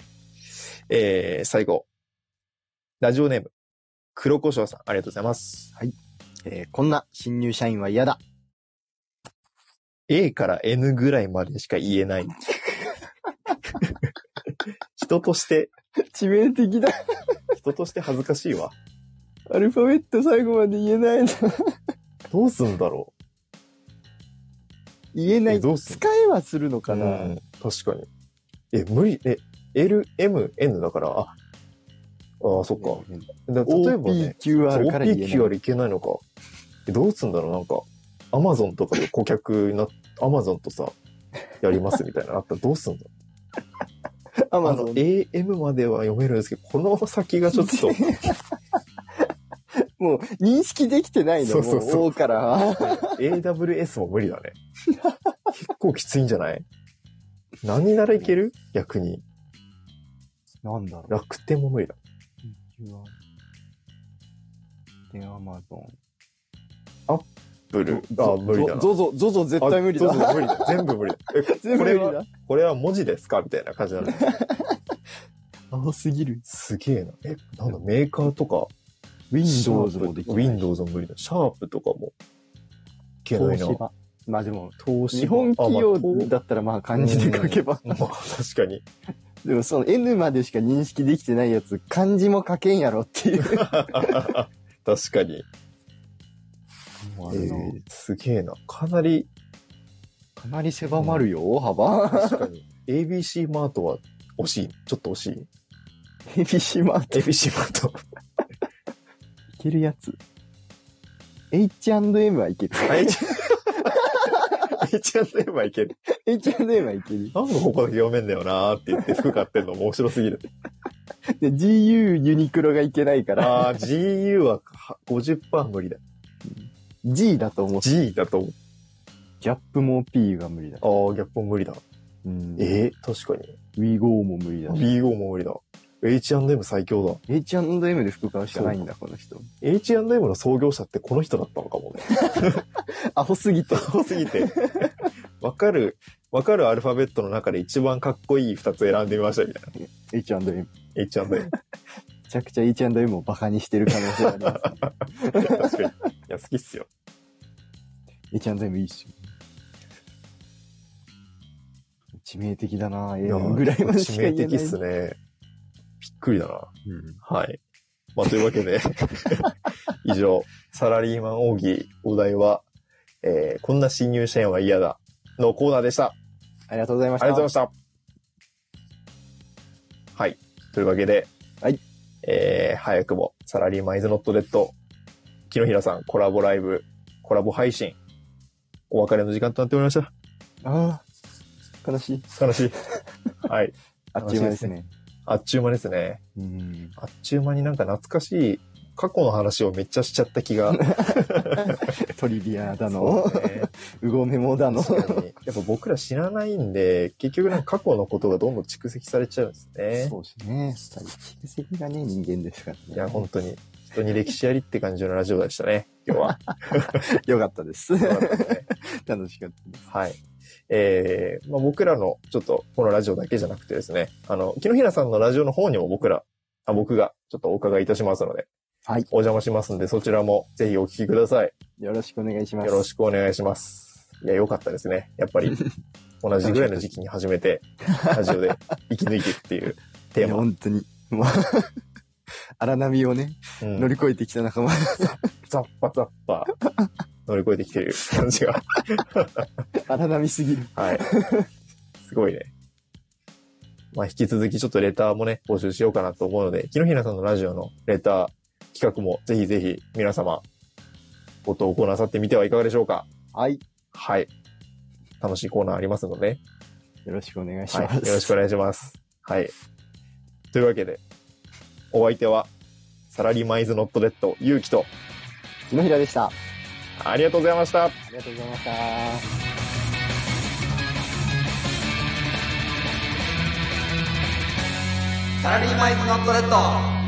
Speaker 1: えー、最後。ラジオネーム、黒胡椒さん、ありがとうございます。
Speaker 2: えーこんな新入社員は嫌だ。
Speaker 1: A から N ぐらいまでしか言え ない。人として、
Speaker 2: 致命的だ。
Speaker 1: 人として恥ずかしいわ。
Speaker 2: アルファベット最後まで言えないの。
Speaker 1: どうすんだろ
Speaker 2: 言え
Speaker 1: う。
Speaker 2: な
Speaker 1: え
Speaker 2: い。
Speaker 1: どうすん
Speaker 2: 使えはするのかな、
Speaker 1: うん確かに。え、無理、え、L、M、N だから、あ、ああ、そっか。だから例えばね、
Speaker 2: OPQR から言えない
Speaker 1: OPQR いけないのか。えどうすんだろうなんか、アマゾンとかで顧客な、アマゾンとさ、やりますみたいなのあったらどうすんだ
Speaker 2: ア
Speaker 1: あ
Speaker 2: マゾ
Speaker 1: の、
Speaker 2: ン。
Speaker 1: AM までは読めるんですけど、この先がちょっ と、
Speaker 2: もう認識できてないの。
Speaker 1: そうそうそう
Speaker 2: も O から
Speaker 1: AWS も無理だね。結構きついんじゃない何ならいける逆に。
Speaker 2: なんだろ
Speaker 1: 楽天も無理だ。
Speaker 2: う。で、アマゾン。
Speaker 1: ブル。あ、無理だな。
Speaker 2: ゾゾ、ゾゾ絶対無理
Speaker 1: あそう
Speaker 2: だ。
Speaker 1: そう無理だ。全部無理だ。え
Speaker 2: 全部
Speaker 1: こ
Speaker 2: 無
Speaker 1: れ
Speaker 2: 理
Speaker 1: は、
Speaker 2: だ。
Speaker 1: これは文字ですかみたいな感じなの。
Speaker 2: 青すぎる。
Speaker 1: すげえな。え、なんだ、メーカーとか、
Speaker 2: Windows もできない。
Speaker 1: Windows も無理だ。シャープとかも、いけない
Speaker 2: 東
Speaker 1: な。
Speaker 2: 芝。まあでも、
Speaker 1: 投資
Speaker 2: 日本企業
Speaker 1: あまあ
Speaker 2: だったらまあ漢字で書けば。
Speaker 1: まあ、確かに。
Speaker 2: でもその N までしか認識できてないやつ、漢字も書けんやろっていう。
Speaker 1: 確かに。えーすげえな。かなり、
Speaker 2: かなり狭まるよ、幅。
Speaker 1: 確かに。ABC マートは惜しい。ちょっと惜しい。
Speaker 2: エビシマート。
Speaker 1: エビシマ と。
Speaker 2: いけるやつ。H&M はいける。
Speaker 1: あ、H、H&M はいける。
Speaker 2: H&M はいける。
Speaker 1: なんでここだけ読めんだよなーって言って服買ってんの面白すぎる。
Speaker 2: で、GU ユニクロがいけないから、
Speaker 1: あー、GU はは50%無理だ。
Speaker 2: G だと思う。
Speaker 1: G だと
Speaker 2: ギャップも P が無理だ。
Speaker 1: 思う。あー、ギャップも無理だ。
Speaker 2: うん、
Speaker 1: えー、確かに。
Speaker 2: ?WeGo も無理だし。
Speaker 1: BO も無理だ。H&M 最強
Speaker 2: H&M で服買うしかないんだ、この人。
Speaker 1: だ。H&M の創業者ってこの人だったのかもね。
Speaker 2: アホすぎて。
Speaker 1: 多すぎて。 わかる、わかるアルファベットの中で一番かっこいい二つ選んでみましたみたい
Speaker 2: H&M。め
Speaker 1: な。H&M。
Speaker 2: ちゃくちゃ H&M をバカにしてる可能性が あります。
Speaker 1: 確かに。いや、好きっすよ。
Speaker 2: H&M いいっしょ。致命的だなぁ、
Speaker 1: いや
Speaker 2: AM ぐらいまでしか
Speaker 1: 致
Speaker 2: 言え
Speaker 1: 命
Speaker 2: ない。
Speaker 1: 的っすね。びっくりだな。
Speaker 2: うん
Speaker 1: はい。まあ、というわけで、 以上、サラリーマン奥義お題は、えーこんな新入社員は嫌だのコーナーでした。
Speaker 2: ありがとうございまし
Speaker 1: あ
Speaker 2: た。
Speaker 1: りがとうございました。はい。というわけで、
Speaker 2: はい。
Speaker 1: えー、早くも、サラリーマンイズノットデッド、木野平さんコラボライブ、コラボ配信、お別れの時間となっておりました。
Speaker 2: ああ、悲しい。
Speaker 1: 悲しい。 はい。
Speaker 2: あっちゅう間ですね。
Speaker 1: あっちゅう間ですね。
Speaker 2: うん。
Speaker 1: あっちゅう間になんか懐かしい、過去の話をめっちゃしちゃった気が。
Speaker 2: トリビアだの
Speaker 1: そう、ね。
Speaker 2: うごめもだの。
Speaker 1: 確かにやっぱ僕ら知らないんで、結局なんか過去のことがどんどん蓄積されちゃうんですね。
Speaker 2: そうですね。二人、成績がね、人間ですからね。
Speaker 1: いや、本当に、人に歴史ありって感じのラジオでしたね、今日 は。
Speaker 2: よかったです。
Speaker 1: よかったですね
Speaker 2: 楽しかったです。
Speaker 1: はい。えーまあ、僕らの、ちょっと、このラジオだけじゃなくてですね、あの、木野平さんのラジオの方にも僕ら、あ僕がちょっとお伺いいたしますので、
Speaker 2: はい
Speaker 1: お邪魔しますんで、そちらもぜひお聞きください。
Speaker 2: よろしくお願いしま
Speaker 1: よ
Speaker 2: す。
Speaker 1: ろしくお願いします。いや、良かったですね。やっ ぱり、同じぐらいの時期に始めて、ラジオで生き抜いていくっていう
Speaker 2: い
Speaker 1: テ
Speaker 2: や
Speaker 1: ーマ。
Speaker 2: 本当に。もう 荒波をね、
Speaker 1: うん
Speaker 2: 乗り越えてきた仲間。
Speaker 1: ザッパザッパ乗り越えてきてる感じが。
Speaker 2: 荒波すぎる。
Speaker 1: はい。 すごいね。まあ、引き続きちょっとレターもね、募集しようかなと思うので、木野平さんのラジオのレター企画もぜひぜひ皆様ご投稿なさってみてはいかがでしょうか。
Speaker 2: はい。
Speaker 1: はい。楽しいコーナーありますので、
Speaker 2: よろしくお願いし
Speaker 1: は
Speaker 2: ま
Speaker 1: い。
Speaker 2: す。
Speaker 1: よろしくお願いします。はい。というわけで、お相手は、サラリーマンイズノットレッド、ゆうきと、
Speaker 2: 木の平でした。あ
Speaker 1: ありがとうございました。
Speaker 2: りがとうございました。
Speaker 3: サラリーマンイズノットレッド